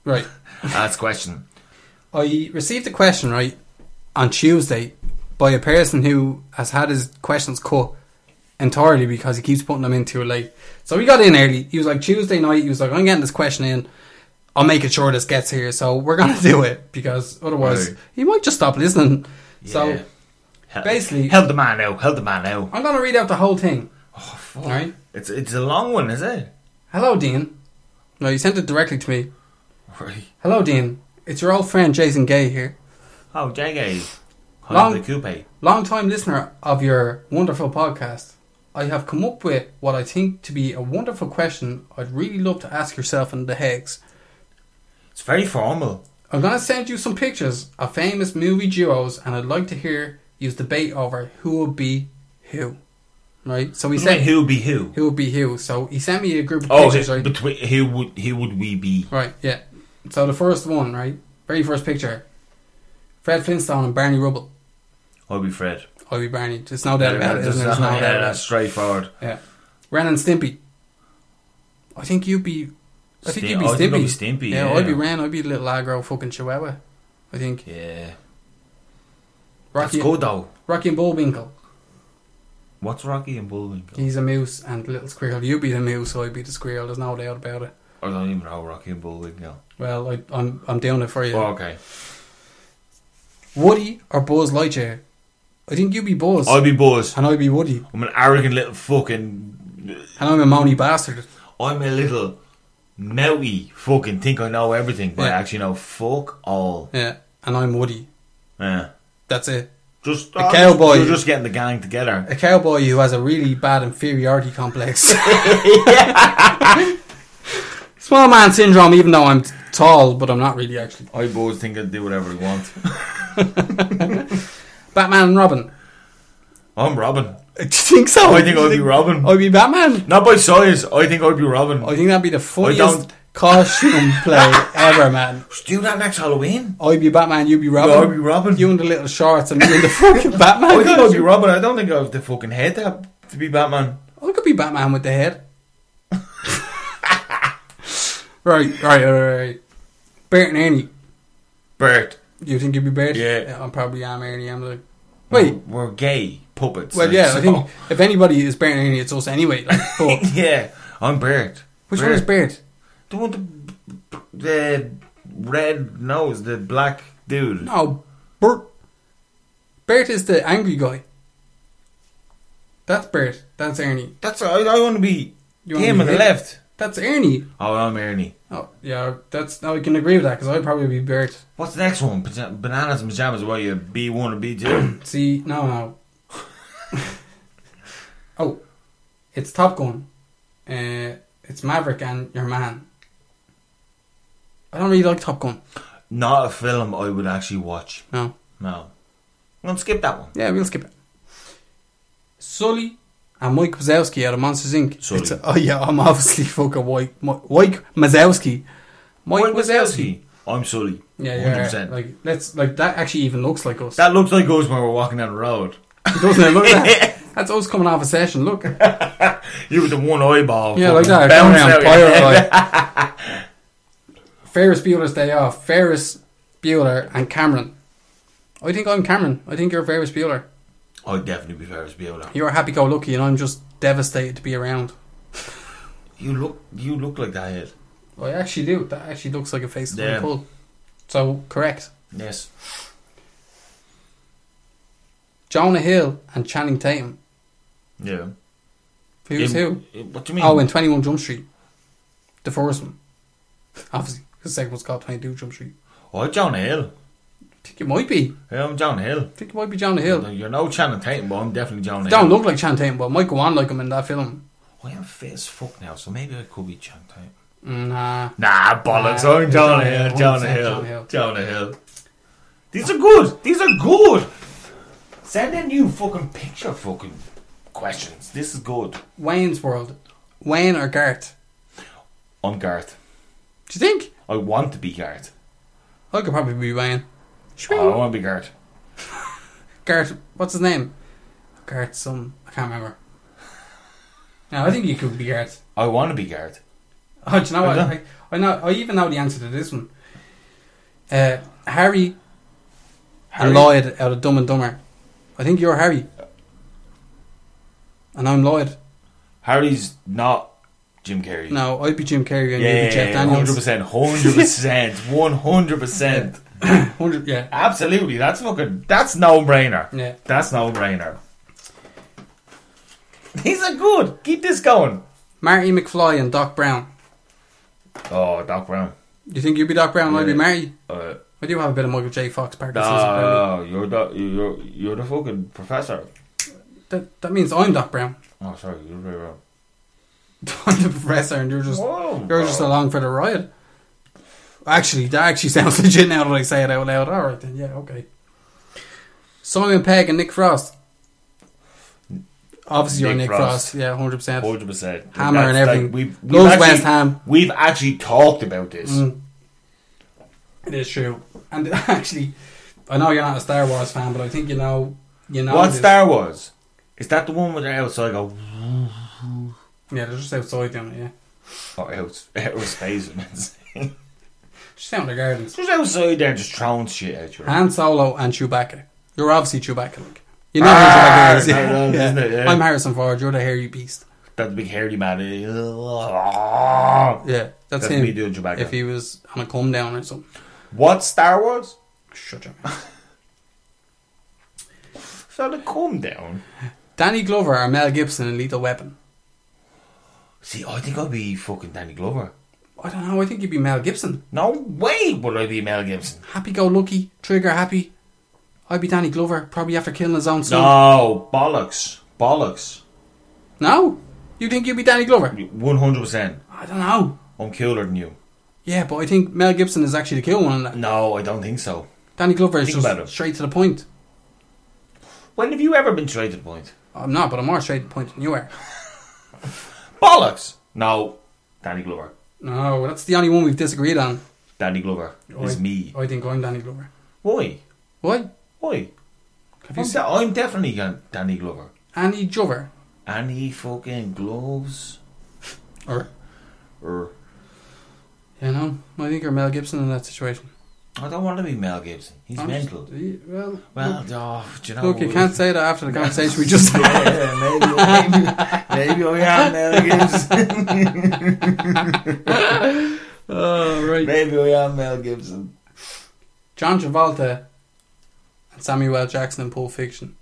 [SPEAKER 3] right.
[SPEAKER 2] That's question.
[SPEAKER 3] I received a question right on Tuesday by a person who has had his questions cut entirely because he keeps putting them in too late. So he got in early. He was like Tuesday night. He was like, "I'm getting this question in. I'm making sure this gets here. So we're gonna do it because otherwise
[SPEAKER 2] Right.
[SPEAKER 3] he might just stop listening." So
[SPEAKER 2] Hel-
[SPEAKER 3] basically-
[SPEAKER 2] held the man out. Held the man out.
[SPEAKER 3] I'm gonna read out the whole thing.
[SPEAKER 2] Oh,
[SPEAKER 3] All right.
[SPEAKER 2] It's it's a long one, is it?
[SPEAKER 3] Hello, Dean. No, you sent it directly to me.
[SPEAKER 2] Right.
[SPEAKER 3] Hello, Dean. It's your old friend Jason Gay here.
[SPEAKER 2] Oh, JG. Call
[SPEAKER 3] Long-
[SPEAKER 2] the coupe.
[SPEAKER 3] Long time listener of your wonderful podcast, I have come up with what I think to be a wonderful question I'd really love to ask yourself and the Higgs.
[SPEAKER 2] It's very formal.
[SPEAKER 3] I'm going to send you some pictures of famous movie duos and I'd like to hear you debate over who would be who. Right? So he
[SPEAKER 2] You say
[SPEAKER 3] said
[SPEAKER 2] who be who?
[SPEAKER 3] who would be who. So he sent me a group of
[SPEAKER 2] Oh,
[SPEAKER 3] pictures,
[SPEAKER 2] who,
[SPEAKER 3] right?
[SPEAKER 2] between who would who would we be?
[SPEAKER 3] Right, yeah. So the first one, right? Very first picture Fred Flintstone and Barney Rubble.
[SPEAKER 2] I'll be Fred.
[SPEAKER 3] I'll be Barney. There's no doubt about it,
[SPEAKER 2] There's
[SPEAKER 3] isn't there? There's
[SPEAKER 2] no-
[SPEAKER 3] no
[SPEAKER 2] yeah,
[SPEAKER 3] doubt about it.
[SPEAKER 2] that's straightforward.
[SPEAKER 3] Yeah. Ren and Stimpy. I think you'd be. I think
[SPEAKER 2] Stim-
[SPEAKER 3] you'd be
[SPEAKER 2] I think I'd be
[SPEAKER 3] Stimpy.
[SPEAKER 2] Stimpy,
[SPEAKER 3] Yeah,
[SPEAKER 2] yeah.
[SPEAKER 3] I'd be Ren. I'd be little aggro fucking Chihuahua. I think.
[SPEAKER 2] Yeah. That's
[SPEAKER 3] Rocky,
[SPEAKER 2] good though.
[SPEAKER 3] Rocky and Bullwinkle.
[SPEAKER 2] What's Rocky and Bullwinkle?
[SPEAKER 3] He's a moose and little squirrel. You'd be the moose. I'd be the squirrel. There's no doubt about it.
[SPEAKER 2] I don't even know Rocky and Bullwinkle.
[SPEAKER 3] Well, I, I'm I'm doing it for you.
[SPEAKER 2] Oh, okay.
[SPEAKER 3] Woody or Buzz Lightyear? I think you'd be Buzz,
[SPEAKER 2] I'll be Buzz.
[SPEAKER 3] and I'd be Woody,
[SPEAKER 2] I'm an arrogant little fucking.
[SPEAKER 3] and I'm a moany bastard.
[SPEAKER 2] I'm a little mouthy fucking think I know everything, but I
[SPEAKER 3] Yeah.
[SPEAKER 2] actually know fuck all.
[SPEAKER 3] Yeah, and I'm Woody.
[SPEAKER 2] Yeah.
[SPEAKER 3] That's it.
[SPEAKER 2] Just
[SPEAKER 3] A
[SPEAKER 2] I'm just-
[SPEAKER 3] cowboy.
[SPEAKER 2] You're just getting the gang together.
[SPEAKER 3] A cowboy who has a really bad inferiority complex. Small man syndrome, even though I'm t- tall, but I'm not really actually.
[SPEAKER 2] I boys think I'd do whatever he wants.
[SPEAKER 3] Batman and Robin.
[SPEAKER 2] I'm Robin.
[SPEAKER 3] Do you think so?
[SPEAKER 2] Oh, I think I'd be Robin.
[SPEAKER 3] I'd be Batman.
[SPEAKER 2] Not by size. I think I'd be Robin.
[SPEAKER 3] I think that'd be the funniest
[SPEAKER 2] don't-
[SPEAKER 3] costume play ever, man.
[SPEAKER 2] do that next Halloween.
[SPEAKER 3] I'd be Batman, you'd be Robin.
[SPEAKER 2] No, I'd be Robin.
[SPEAKER 3] You in the little shorts and me in the fucking Batman.
[SPEAKER 2] I think I'd be
[SPEAKER 3] costume.
[SPEAKER 2] Robin. I don't think I have the fucking head to, have- to be Batman.
[SPEAKER 3] I could be Batman with the head. right, right, right, right, right. Bert and Ernie.
[SPEAKER 2] Bert.
[SPEAKER 3] Do you think you'd be Bert?
[SPEAKER 2] Yeah.
[SPEAKER 3] I'm probably I'm Ernie. I'm like, wait.
[SPEAKER 2] We're, we're gay puppets.
[SPEAKER 3] Well,
[SPEAKER 2] like,
[SPEAKER 3] yeah.
[SPEAKER 2] so-
[SPEAKER 3] I think if anybody is Bert and Ernie, it's us anyway. Like, but
[SPEAKER 2] yeah, I'm Bert.
[SPEAKER 3] which one is Bert?
[SPEAKER 2] The one with the, the red nose, the black dude.
[SPEAKER 3] No, Bert. Bert is the angry guy. That's Bert. That's Ernie.
[SPEAKER 2] That's I, I want to be
[SPEAKER 3] You wanna
[SPEAKER 2] him
[SPEAKER 3] be
[SPEAKER 2] on the
[SPEAKER 3] him?
[SPEAKER 2] left.
[SPEAKER 3] That's Ernie.
[SPEAKER 2] Oh, I'm Ernie.
[SPEAKER 3] Oh, yeah, that's. No, I can agree with that because I'd probably be Bert.
[SPEAKER 2] What's the next one? Paj- Bananas and pajamas. What are you? B one or B two?
[SPEAKER 3] See, no, no. oh, it's Top Gun. Uh, it's Maverick and your man. I don't really like Top Gun.
[SPEAKER 2] Not a film I would actually watch.
[SPEAKER 3] No.
[SPEAKER 2] No. I'm gonna skip that one.
[SPEAKER 3] Yeah, we'll skip it. Sully and Mike Wazowski out of Monsters Inc.
[SPEAKER 2] Sully.
[SPEAKER 3] It's- oh yeah, I'm obviously fucking Mike. Mike, Mike Mazowski. Mike, Wazowski.
[SPEAKER 2] I'm Sully.
[SPEAKER 3] Yeah,
[SPEAKER 2] One
[SPEAKER 3] yeah.
[SPEAKER 2] hundred percent.
[SPEAKER 3] Like let's like that actually even looks like us.
[SPEAKER 2] That looks like us when we're walking down the road.
[SPEAKER 3] Doesn't it? Look at that. That's us coming off a session. Look.
[SPEAKER 2] You with the one eyeball.
[SPEAKER 3] Yeah, like
[SPEAKER 2] fucking
[SPEAKER 3] that. Come
[SPEAKER 2] bouncing
[SPEAKER 3] around,
[SPEAKER 2] out your head.
[SPEAKER 3] fire away. Ferris Bueller's Day Off. Ferris Bueller and Cameron. I think I'm Cameron. I think you're Ferris Bueller.
[SPEAKER 2] I'd definitely be Ferris Bueller.
[SPEAKER 3] You're happy-go-lucky, and I'm just devastated to be around.
[SPEAKER 2] You look, you look like that head.
[SPEAKER 3] I actually do. That actually looks like a face that's
[SPEAKER 2] Yeah.
[SPEAKER 3] really cool. So correct.
[SPEAKER 2] Yes.
[SPEAKER 3] Jonah Hill and Channing Tatum.
[SPEAKER 2] Yeah.
[SPEAKER 3] Who's who?
[SPEAKER 2] In- What do you mean?
[SPEAKER 3] Oh, in Twenty One Jump Street, the first one. Obviously, the second one's called Twenty Two Jump Street.
[SPEAKER 2] oh, John Hill.
[SPEAKER 3] I think it might be.
[SPEAKER 2] Yeah, I'm John Hill.
[SPEAKER 3] I think it might be Jonah Hill.
[SPEAKER 2] You're no Channing Tatum, but I'm definitely John Hill.
[SPEAKER 3] Don't look like Channing Tatum, but it might go on like him in that film.
[SPEAKER 2] I am fit as fuck now, so maybe I could be Channing Tatum.
[SPEAKER 3] Nah.
[SPEAKER 2] Nah, bollocks.
[SPEAKER 3] Nah,
[SPEAKER 2] I'm John
[SPEAKER 3] Jonah
[SPEAKER 2] Hill.
[SPEAKER 3] Hill,
[SPEAKER 2] John
[SPEAKER 3] 100%
[SPEAKER 2] Hill.
[SPEAKER 3] Jonah Hill.
[SPEAKER 2] John Hill. These are good. These are good. Send in new fucking picture fucking questions. This is good.
[SPEAKER 3] Wayne's World. Wayne or Garth?
[SPEAKER 2] I'm Garth.
[SPEAKER 3] Do you think?
[SPEAKER 2] I want to be Garth.
[SPEAKER 3] I could probably be Wayne. Shwing.
[SPEAKER 2] I don't want to be Garth.
[SPEAKER 3] Garth, what's his name? Garth, some I can't remember. No, I think you could be Garth.
[SPEAKER 2] I want to be Garth.
[SPEAKER 3] Oh, do you know what?
[SPEAKER 2] Okay.
[SPEAKER 3] I, I know. I even know the answer to this one. Uh, Harry,
[SPEAKER 2] Harry?
[SPEAKER 3] and Lloyd out of Dumb and Dumber. I think you're Harry, and I'm Lloyd.
[SPEAKER 2] Harry's not Jim Carrey.
[SPEAKER 3] No, I'd be Jim Carrey and you'd
[SPEAKER 2] Yeah,
[SPEAKER 3] be Jeff
[SPEAKER 2] hundred
[SPEAKER 3] Daniels.
[SPEAKER 2] percent, hundred percent, one hundred percent.
[SPEAKER 3] Hundred, yeah.
[SPEAKER 2] Absolutely, that's fucking. That's no brainer.
[SPEAKER 3] Yeah.
[SPEAKER 2] that's no brainer. These are good. Keep this going.
[SPEAKER 3] Marty McFly and Doc Brown.
[SPEAKER 2] Oh, Doc Brown.
[SPEAKER 3] Do you think you'd be Doc Brown? I'd be
[SPEAKER 2] Yeah.
[SPEAKER 3] Marty.
[SPEAKER 2] Uh,
[SPEAKER 3] I do have a bit of Michael J. Fox Parkinson's. apparently.
[SPEAKER 2] no, you're the you're you're the fucking professor.
[SPEAKER 3] That that means I'm Doc Brown.
[SPEAKER 2] Oh, sorry, you're very wrong.
[SPEAKER 3] I'm the professor, and you're just
[SPEAKER 2] Whoa,
[SPEAKER 3] you're just along for the ride. Actually, that actually sounds legit now that I say it out loud. All right then, yeah, okay. Simon Pegg and Nick Frost. Obviously, you're
[SPEAKER 2] Nick
[SPEAKER 3] Nick Frost.
[SPEAKER 2] Frost.
[SPEAKER 3] yeah, hundred percent.
[SPEAKER 2] Hundred percent.
[SPEAKER 3] Hammer and everything.
[SPEAKER 2] we've, we've
[SPEAKER 3] Loves
[SPEAKER 2] actually-
[SPEAKER 3] West Ham. Mm.
[SPEAKER 2] We've actually talked about this.
[SPEAKER 3] It is true, and actually, I know you're not a Star Wars fan, but I think you know, you know.
[SPEAKER 2] what
[SPEAKER 3] this.
[SPEAKER 2] Star Wars? Is that the one where they're outside? Go
[SPEAKER 3] Yeah, they're just outside doing it. Yeah,
[SPEAKER 2] or out, out space. I meant to say.
[SPEAKER 3] just out in the gardens.
[SPEAKER 2] Just outside there, just throwing shit at you.
[SPEAKER 3] Han Solo and Chewbacca. You're obviously Chewbacca. Like. You know
[SPEAKER 2] Ah,
[SPEAKER 3] who Chewbacca is.
[SPEAKER 2] no, no,
[SPEAKER 3] yeah.
[SPEAKER 2] isn't it? Yeah.
[SPEAKER 3] I'm Harrison Ford. You're the hairy beast.
[SPEAKER 2] That big hairy man. eh,
[SPEAKER 3] Yeah, that's,
[SPEAKER 2] That's
[SPEAKER 3] him.
[SPEAKER 2] me doing Chewbacca.
[SPEAKER 3] If he was on a come down or something.
[SPEAKER 2] What Star Wars?
[SPEAKER 3] Shut your mouth.
[SPEAKER 2] So to calm down.
[SPEAKER 3] Danny Glover or Mel Gibson in Lethal Weapon.
[SPEAKER 2] See, I think I'd be fucking Danny Glover.
[SPEAKER 3] I don't know. I think he'd be Mel Gibson.
[SPEAKER 2] No way would I be Mel Gibson.
[SPEAKER 3] Happy go lucky, trigger happy. I'd be Danny Glover, probably after killing his own son.
[SPEAKER 2] No bollocks, bollocks.
[SPEAKER 3] No? You think you'd be Danny Glover?
[SPEAKER 2] One hundred percent.
[SPEAKER 3] I don't know.
[SPEAKER 2] I'm cooler than you.
[SPEAKER 3] Yeah, but I think Mel Gibson is actually the kill one. In that.
[SPEAKER 2] No, I don't think so.
[SPEAKER 3] Danny Glover is
[SPEAKER 2] Think about it.
[SPEAKER 3] just straight to the point.
[SPEAKER 2] When have you ever been straight to the point?
[SPEAKER 3] I'm not, but I'm more straight to the point than you are.
[SPEAKER 2] Bollocks. No, Danny Glover.
[SPEAKER 3] No, that's the only one we've disagreed on.
[SPEAKER 2] Danny Glover is
[SPEAKER 3] I-
[SPEAKER 2] me.
[SPEAKER 3] I think I'm Danny Glover.
[SPEAKER 2] Why?
[SPEAKER 3] Why?
[SPEAKER 2] Why?
[SPEAKER 3] Have you
[SPEAKER 2] I'm,
[SPEAKER 3] seen
[SPEAKER 2] de- I'm definitely gan- Danny Glover.
[SPEAKER 3] Annie Glover?
[SPEAKER 2] And he fucking gloves.
[SPEAKER 3] Or Er.
[SPEAKER 2] Or
[SPEAKER 3] you know, I think you're Mel Gibson in that situation.
[SPEAKER 2] I don't want to be Mel Gibson. He's
[SPEAKER 3] I'm
[SPEAKER 2] mental.
[SPEAKER 3] just- y- well,
[SPEAKER 2] well,
[SPEAKER 3] look,
[SPEAKER 2] oh, do you know?
[SPEAKER 3] look, you can't say that after the conversation we just had.
[SPEAKER 2] yeah, maybe, maybe, maybe I am Mel Gibson.
[SPEAKER 3] Oh right.
[SPEAKER 2] maybe I am Mel Gibson.
[SPEAKER 3] John Travolta and Samuel Jackson in Pulp Fiction.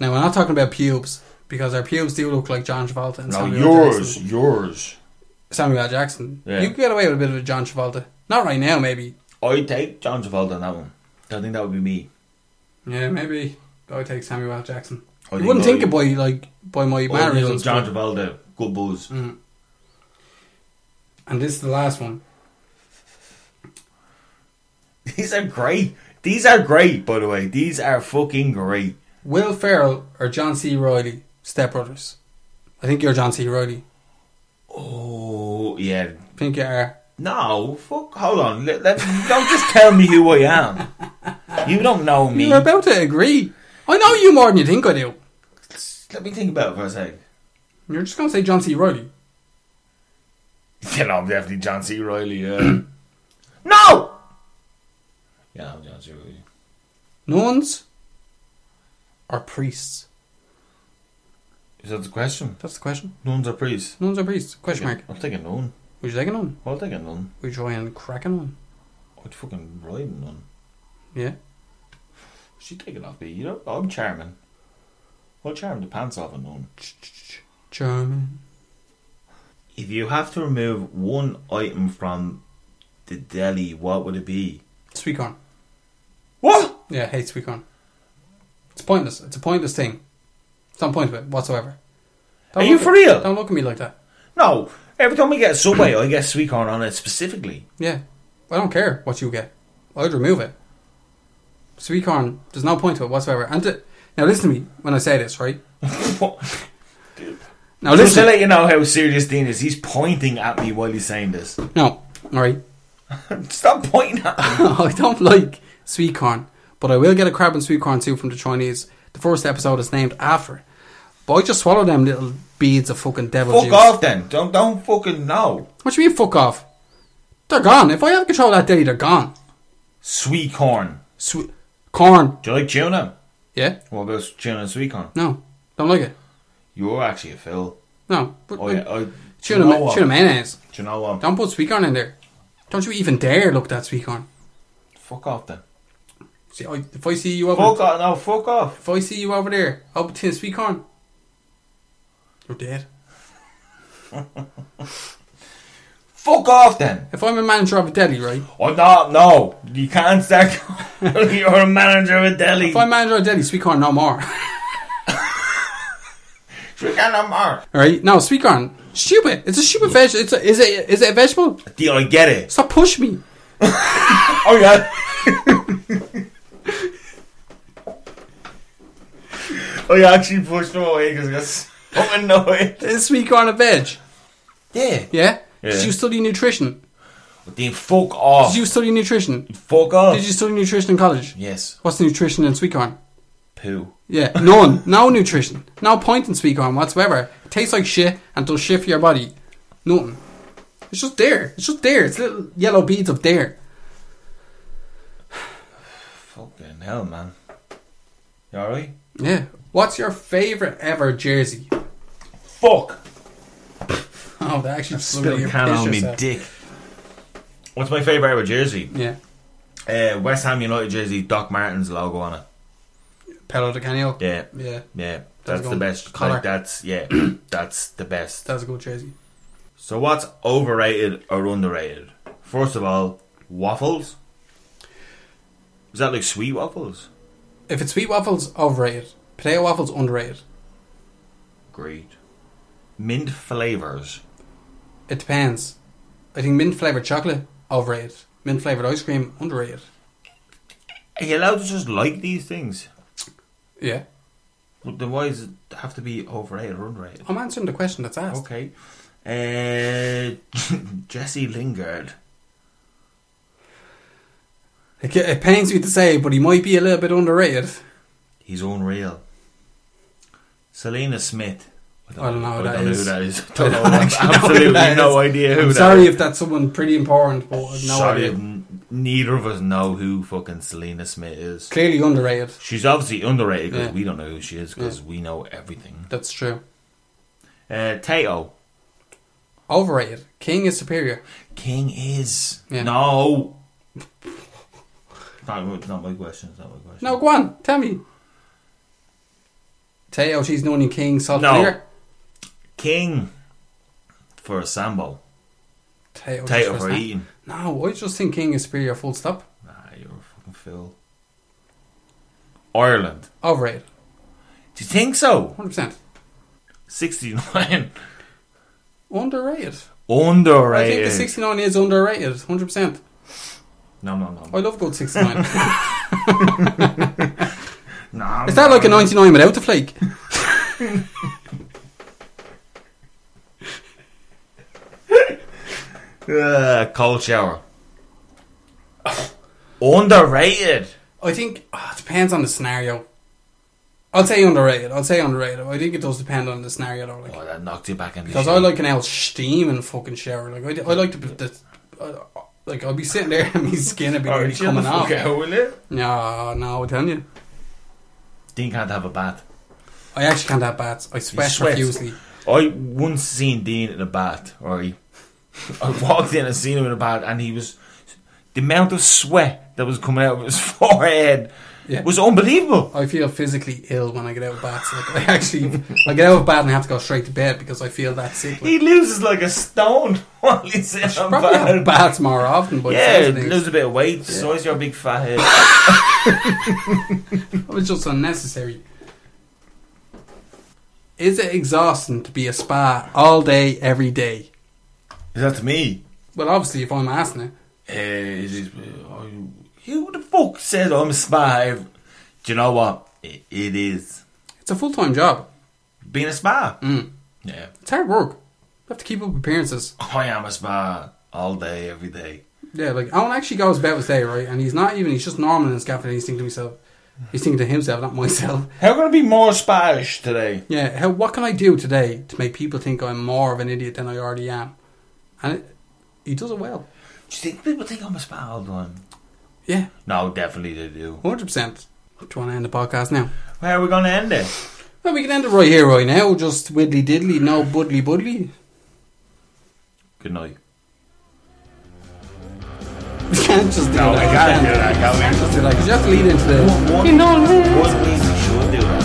[SPEAKER 3] Now we're not talking about pubes because our pubes do look like John Travolta and
[SPEAKER 2] No,
[SPEAKER 3] Samuel
[SPEAKER 2] yours,
[SPEAKER 3] Jackson.
[SPEAKER 2] yours.
[SPEAKER 3] Samuel L. Jackson.
[SPEAKER 2] Yeah.
[SPEAKER 3] You could get away with a bit of a John Travolta. Not right now, maybe.
[SPEAKER 2] I'd take John Travolta on that one. I think that would be me.
[SPEAKER 3] Yeah, maybe. I would take Samuel L. Jackson.
[SPEAKER 2] I
[SPEAKER 3] you wouldn't
[SPEAKER 2] I-
[SPEAKER 3] think about like by my
[SPEAKER 2] I would
[SPEAKER 3] mannerisms.
[SPEAKER 2] love John
[SPEAKER 3] but-
[SPEAKER 2] Travolta, good buzz.
[SPEAKER 3] Mm. And this is the last one.
[SPEAKER 2] These are great. These are great, by the way. These are fucking great.
[SPEAKER 3] Will Ferrell or John C. Riley, Step Brothers. I think you're John C. Riley.
[SPEAKER 2] Oh yeah.
[SPEAKER 3] I think you are.
[SPEAKER 2] No, fuck. Hold on. Let, let- don't just tell me who I am. You don't know me.
[SPEAKER 3] You're about to agree. I know you more than you think I do.
[SPEAKER 2] Let me think about it for a sec.
[SPEAKER 3] You're just gonna say John C. Riley.
[SPEAKER 2] You know, I'm definitely John C. Riley. Yeah. no. Yeah, I'm John C. Riley.
[SPEAKER 3] Nuns or priests?
[SPEAKER 2] Is that the question?
[SPEAKER 3] That's the question.
[SPEAKER 2] Nuns or priests?
[SPEAKER 3] Nuns or priests? Question mark.
[SPEAKER 2] I'm taking none.
[SPEAKER 3] Would you take a nun?
[SPEAKER 2] I'll take a nun.
[SPEAKER 3] Would you try and crack a nun?
[SPEAKER 2] I'd fucking ride a nun.
[SPEAKER 3] Yeah.
[SPEAKER 2] She taking off me. You know, I'm charming. I'll charm the pants off a nun.
[SPEAKER 3] Charming.
[SPEAKER 2] If you have to remove one item from the deli, what would it be?
[SPEAKER 3] Sweet corn.
[SPEAKER 2] What?
[SPEAKER 3] Yeah, I hate sweet corn. It's pointless. It's a pointless thing. It's not point to it whatsoever.
[SPEAKER 2] Are you
[SPEAKER 3] look
[SPEAKER 2] for
[SPEAKER 3] at-
[SPEAKER 2] real?
[SPEAKER 3] Don't look at me like that.
[SPEAKER 2] No. Every time we get a subway, I get sweet corn on it specifically.
[SPEAKER 3] Yeah. I don't care what you get. I'd remove it. Sweet corn, there's no point to it whatsoever. And to, now listen to me when I say this, right?
[SPEAKER 2] What?
[SPEAKER 3] Now
[SPEAKER 2] Just to
[SPEAKER 3] listen.
[SPEAKER 2] let you know how serious Dean is, he's pointing at me while he's saying this.
[SPEAKER 3] No, alright.
[SPEAKER 2] Stop pointing at me.
[SPEAKER 3] I don't like sweet corn, but I will get a crab and sweet corn soup from the Chinese. The first episode is named after it. But I just swallow them little beads of fucking devil
[SPEAKER 2] Fuck
[SPEAKER 3] juice.
[SPEAKER 2] off then. Don't don't fucking know.
[SPEAKER 3] What do you mean, fuck off? They're gone. If I have control of that deli, they're gone.
[SPEAKER 2] Sweet corn.
[SPEAKER 3] Sweet corn.
[SPEAKER 2] Do you like tuna?
[SPEAKER 3] Yeah?
[SPEAKER 2] What about tuna and sweet corn?
[SPEAKER 3] No. Don't like it.
[SPEAKER 2] You're actually a Phil.
[SPEAKER 3] No. But,
[SPEAKER 2] Oh yeah. I, do you
[SPEAKER 3] Tuna,
[SPEAKER 2] know
[SPEAKER 3] ma-
[SPEAKER 2] what?
[SPEAKER 3] tuna mayonnaise.
[SPEAKER 2] Do you know what?
[SPEAKER 3] Don't put sweet corn in there. Don't you even dare look that sweet corn.
[SPEAKER 2] Fuck off then.
[SPEAKER 3] See, I, if I see you over,
[SPEAKER 2] Fuck off. No, fuck off.
[SPEAKER 3] if I see you over there, I'll put tin sweet corn. You're dead.
[SPEAKER 2] Fuck off then.
[SPEAKER 3] If I'm a manager of a deli, right?
[SPEAKER 2] Oh no, no. You can't start. You're a manager of a deli.
[SPEAKER 3] If I'm manager of a deli, sweet corn no more.
[SPEAKER 2] Drink and I'm out.
[SPEAKER 3] All right? No, sweet corn. Stupid. It's a stupid veg. It's a, is it is it a vegetable?
[SPEAKER 2] Deal, I get it.
[SPEAKER 3] Stop pushing me.
[SPEAKER 2] Oh yeah. oh yeah, I actually pushed him away because I got so annoyed.
[SPEAKER 3] Is sweet corn a veg?
[SPEAKER 2] Yeah.
[SPEAKER 3] Yeah.
[SPEAKER 2] Yeah.
[SPEAKER 3] Did you study nutrition?
[SPEAKER 2] Then fuck off.
[SPEAKER 3] Did you study nutrition?
[SPEAKER 2] fuck off.
[SPEAKER 3] Did you study nutrition in college?
[SPEAKER 2] Yes.
[SPEAKER 3] What's the nutrition in sweet corn?
[SPEAKER 2] Poo.
[SPEAKER 3] Yeah, none. No nutrition. No point in sweet corn whatsoever. It tastes like shit and does shit for your body. Nothing. It's just there. It's just there. It's little yellow beads of there.
[SPEAKER 2] Fucking hell, man. You alright?
[SPEAKER 3] Yeah. What's your favourite ever jersey?
[SPEAKER 2] Fuck.
[SPEAKER 3] Oh, that actually spilled
[SPEAKER 2] Spilled
[SPEAKER 3] your
[SPEAKER 2] can on me
[SPEAKER 3] yourself.
[SPEAKER 2] dick. What's my favourite ever jersey?
[SPEAKER 3] Yeah.
[SPEAKER 2] Uh, West Ham United jersey, Doc Martens logo on it.
[SPEAKER 3] Pelo de Canio.
[SPEAKER 2] Yeah,
[SPEAKER 3] Yeah.
[SPEAKER 2] yeah,
[SPEAKER 3] That's
[SPEAKER 2] that's the
[SPEAKER 3] going
[SPEAKER 2] best.
[SPEAKER 3] colour.
[SPEAKER 2] Like, that's yeah, that's the best.
[SPEAKER 3] That's a good jersey.
[SPEAKER 2] So what's overrated or underrated? First of all, waffles. Is that like sweet waffles?
[SPEAKER 3] If it's sweet waffles, overrated. Potato waffles, underrated.
[SPEAKER 2] Great. Mint flavors.
[SPEAKER 3] It depends. I think mint flavoured chocolate, overrated. Mint flavoured ice cream, underrated.
[SPEAKER 2] Are you allowed to just like these things?
[SPEAKER 3] Yeah.
[SPEAKER 2] But then why does it have to be overrated or underrated?
[SPEAKER 3] I'm answering the question that's asked.
[SPEAKER 2] Okay. Uh, Jesse Lingard.
[SPEAKER 3] It, it pains me to say, but he might be a little bit underrated.
[SPEAKER 2] He's unreal. Selena Smith.
[SPEAKER 3] I don't know who that
[SPEAKER 2] I don't
[SPEAKER 3] is.
[SPEAKER 2] know who that is.
[SPEAKER 3] I don't
[SPEAKER 2] I have
[SPEAKER 3] actually know who
[SPEAKER 2] absolutely
[SPEAKER 3] that
[SPEAKER 2] no
[SPEAKER 3] is.
[SPEAKER 2] idea who
[SPEAKER 3] I'm
[SPEAKER 2] that
[SPEAKER 3] sorry
[SPEAKER 2] is.
[SPEAKER 3] if that's someone pretty important, but I've no
[SPEAKER 2] Sorry,
[SPEAKER 3] idea.
[SPEAKER 2] n- neither of us know who fucking Selena Smith is.
[SPEAKER 3] Clearly underrated.
[SPEAKER 2] She's obviously underrated because
[SPEAKER 3] Yeah.
[SPEAKER 2] we don't know who she is because
[SPEAKER 3] Yeah.
[SPEAKER 2] we know everything.
[SPEAKER 3] That's true.
[SPEAKER 2] Uh, Tato.
[SPEAKER 3] Overrated. King is superior.
[SPEAKER 2] King is.
[SPEAKER 3] Yeah.
[SPEAKER 2] No. Not, it's not my question. It's not my question.
[SPEAKER 3] No, go on. Tell me. Teo, she's known in King, Salt
[SPEAKER 2] No.
[SPEAKER 3] Clear.
[SPEAKER 2] King for a Sambo.
[SPEAKER 3] Tato,
[SPEAKER 2] Potato
[SPEAKER 3] just
[SPEAKER 2] for
[SPEAKER 3] was that.
[SPEAKER 2] eating.
[SPEAKER 3] No, I just think King is superior. Full stop.
[SPEAKER 2] Nah, you're a fucking fool. Ireland.
[SPEAKER 3] Overrated.
[SPEAKER 2] Do you think so?
[SPEAKER 3] Hundred percent.
[SPEAKER 2] 69.
[SPEAKER 3] Underrated. I
[SPEAKER 2] Underrated.
[SPEAKER 3] think the 69 is underrated. 100. percent
[SPEAKER 2] no, no, no.
[SPEAKER 3] I love good 69.
[SPEAKER 2] Nah,
[SPEAKER 3] is that like a 99 without the flake?
[SPEAKER 2] Uh, cold shower. Underrated.
[SPEAKER 3] I think ah, it depends on the scenario. I'll say underrated. I'll say underrated. I think it does depend on the scenario though. Like,
[SPEAKER 2] Oh, that knocked you back in the
[SPEAKER 3] Because I
[SPEAKER 2] shit.
[SPEAKER 3] like an out steam and fucking shower. Like I, I like to, be- the, uh, like I'll be sitting there and my skin will be
[SPEAKER 2] Alright,
[SPEAKER 3] nearly
[SPEAKER 2] shut the
[SPEAKER 3] coming off.
[SPEAKER 2] fuck out, will you?
[SPEAKER 3] No, no, I'm telling you,
[SPEAKER 2] Dean can't have a bath.
[SPEAKER 3] I actually can't have baths. I sweat
[SPEAKER 2] sweat.
[SPEAKER 3] profusely.
[SPEAKER 2] I once seen Dean in a bath, or he, I walked in and seen him in a bath, and he was the amount of sweat that was coming out of his forehead
[SPEAKER 3] Yeah.
[SPEAKER 2] was unbelievable.
[SPEAKER 3] I feel physically ill when I get out of baths. Like I actually, I get out of bath and have to go straight to bed because I feel that sick. Like,
[SPEAKER 2] He loses like a stone while he's in a
[SPEAKER 3] probably
[SPEAKER 2] bath.
[SPEAKER 3] have baths more often, but
[SPEAKER 2] Um, Yeah,
[SPEAKER 3] it sounds like-
[SPEAKER 2] lose a bit of weight. So is your big fat head.
[SPEAKER 3] it was just unnecessary. Is it exhausting to be a spa all day, every day?
[SPEAKER 2] Is that to me?
[SPEAKER 3] Well, obviously, if I'm asking it,
[SPEAKER 2] Uh, is it, uh, who the fuck says I'm a spa? Do you know what? It, it is
[SPEAKER 3] it's a full time job.
[SPEAKER 2] being a spa.
[SPEAKER 3] Mm.
[SPEAKER 2] Yeah,
[SPEAKER 3] It's hard work. You have to keep up appearances.
[SPEAKER 2] I am a spa all day, every day.
[SPEAKER 3] Yeah, like Alan actually goes to bed with day, right? And he's not even, he's just normal in his cafe and he's thinking to himself, he's thinking to himself, not myself.
[SPEAKER 2] How can I be more sparish today?
[SPEAKER 3] Yeah, how, what can I do today to make people think I'm more of an idiot than I already am? And it, he does it well.
[SPEAKER 2] Do you think people think I'm a spa all the time?
[SPEAKER 3] Yeah,
[SPEAKER 2] No, definitely they do.
[SPEAKER 3] 100%. Do you want to end the podcast now?
[SPEAKER 2] Where are we going to end it?
[SPEAKER 3] Well, we can end it right here, right now. Just widdly diddly, no buddly buddly.
[SPEAKER 2] Good night.
[SPEAKER 3] We can't just do that.
[SPEAKER 2] I can't do that, can we?
[SPEAKER 3] Just do that, 'cause you have to lead into the.
[SPEAKER 2] One, one, one week we should do that.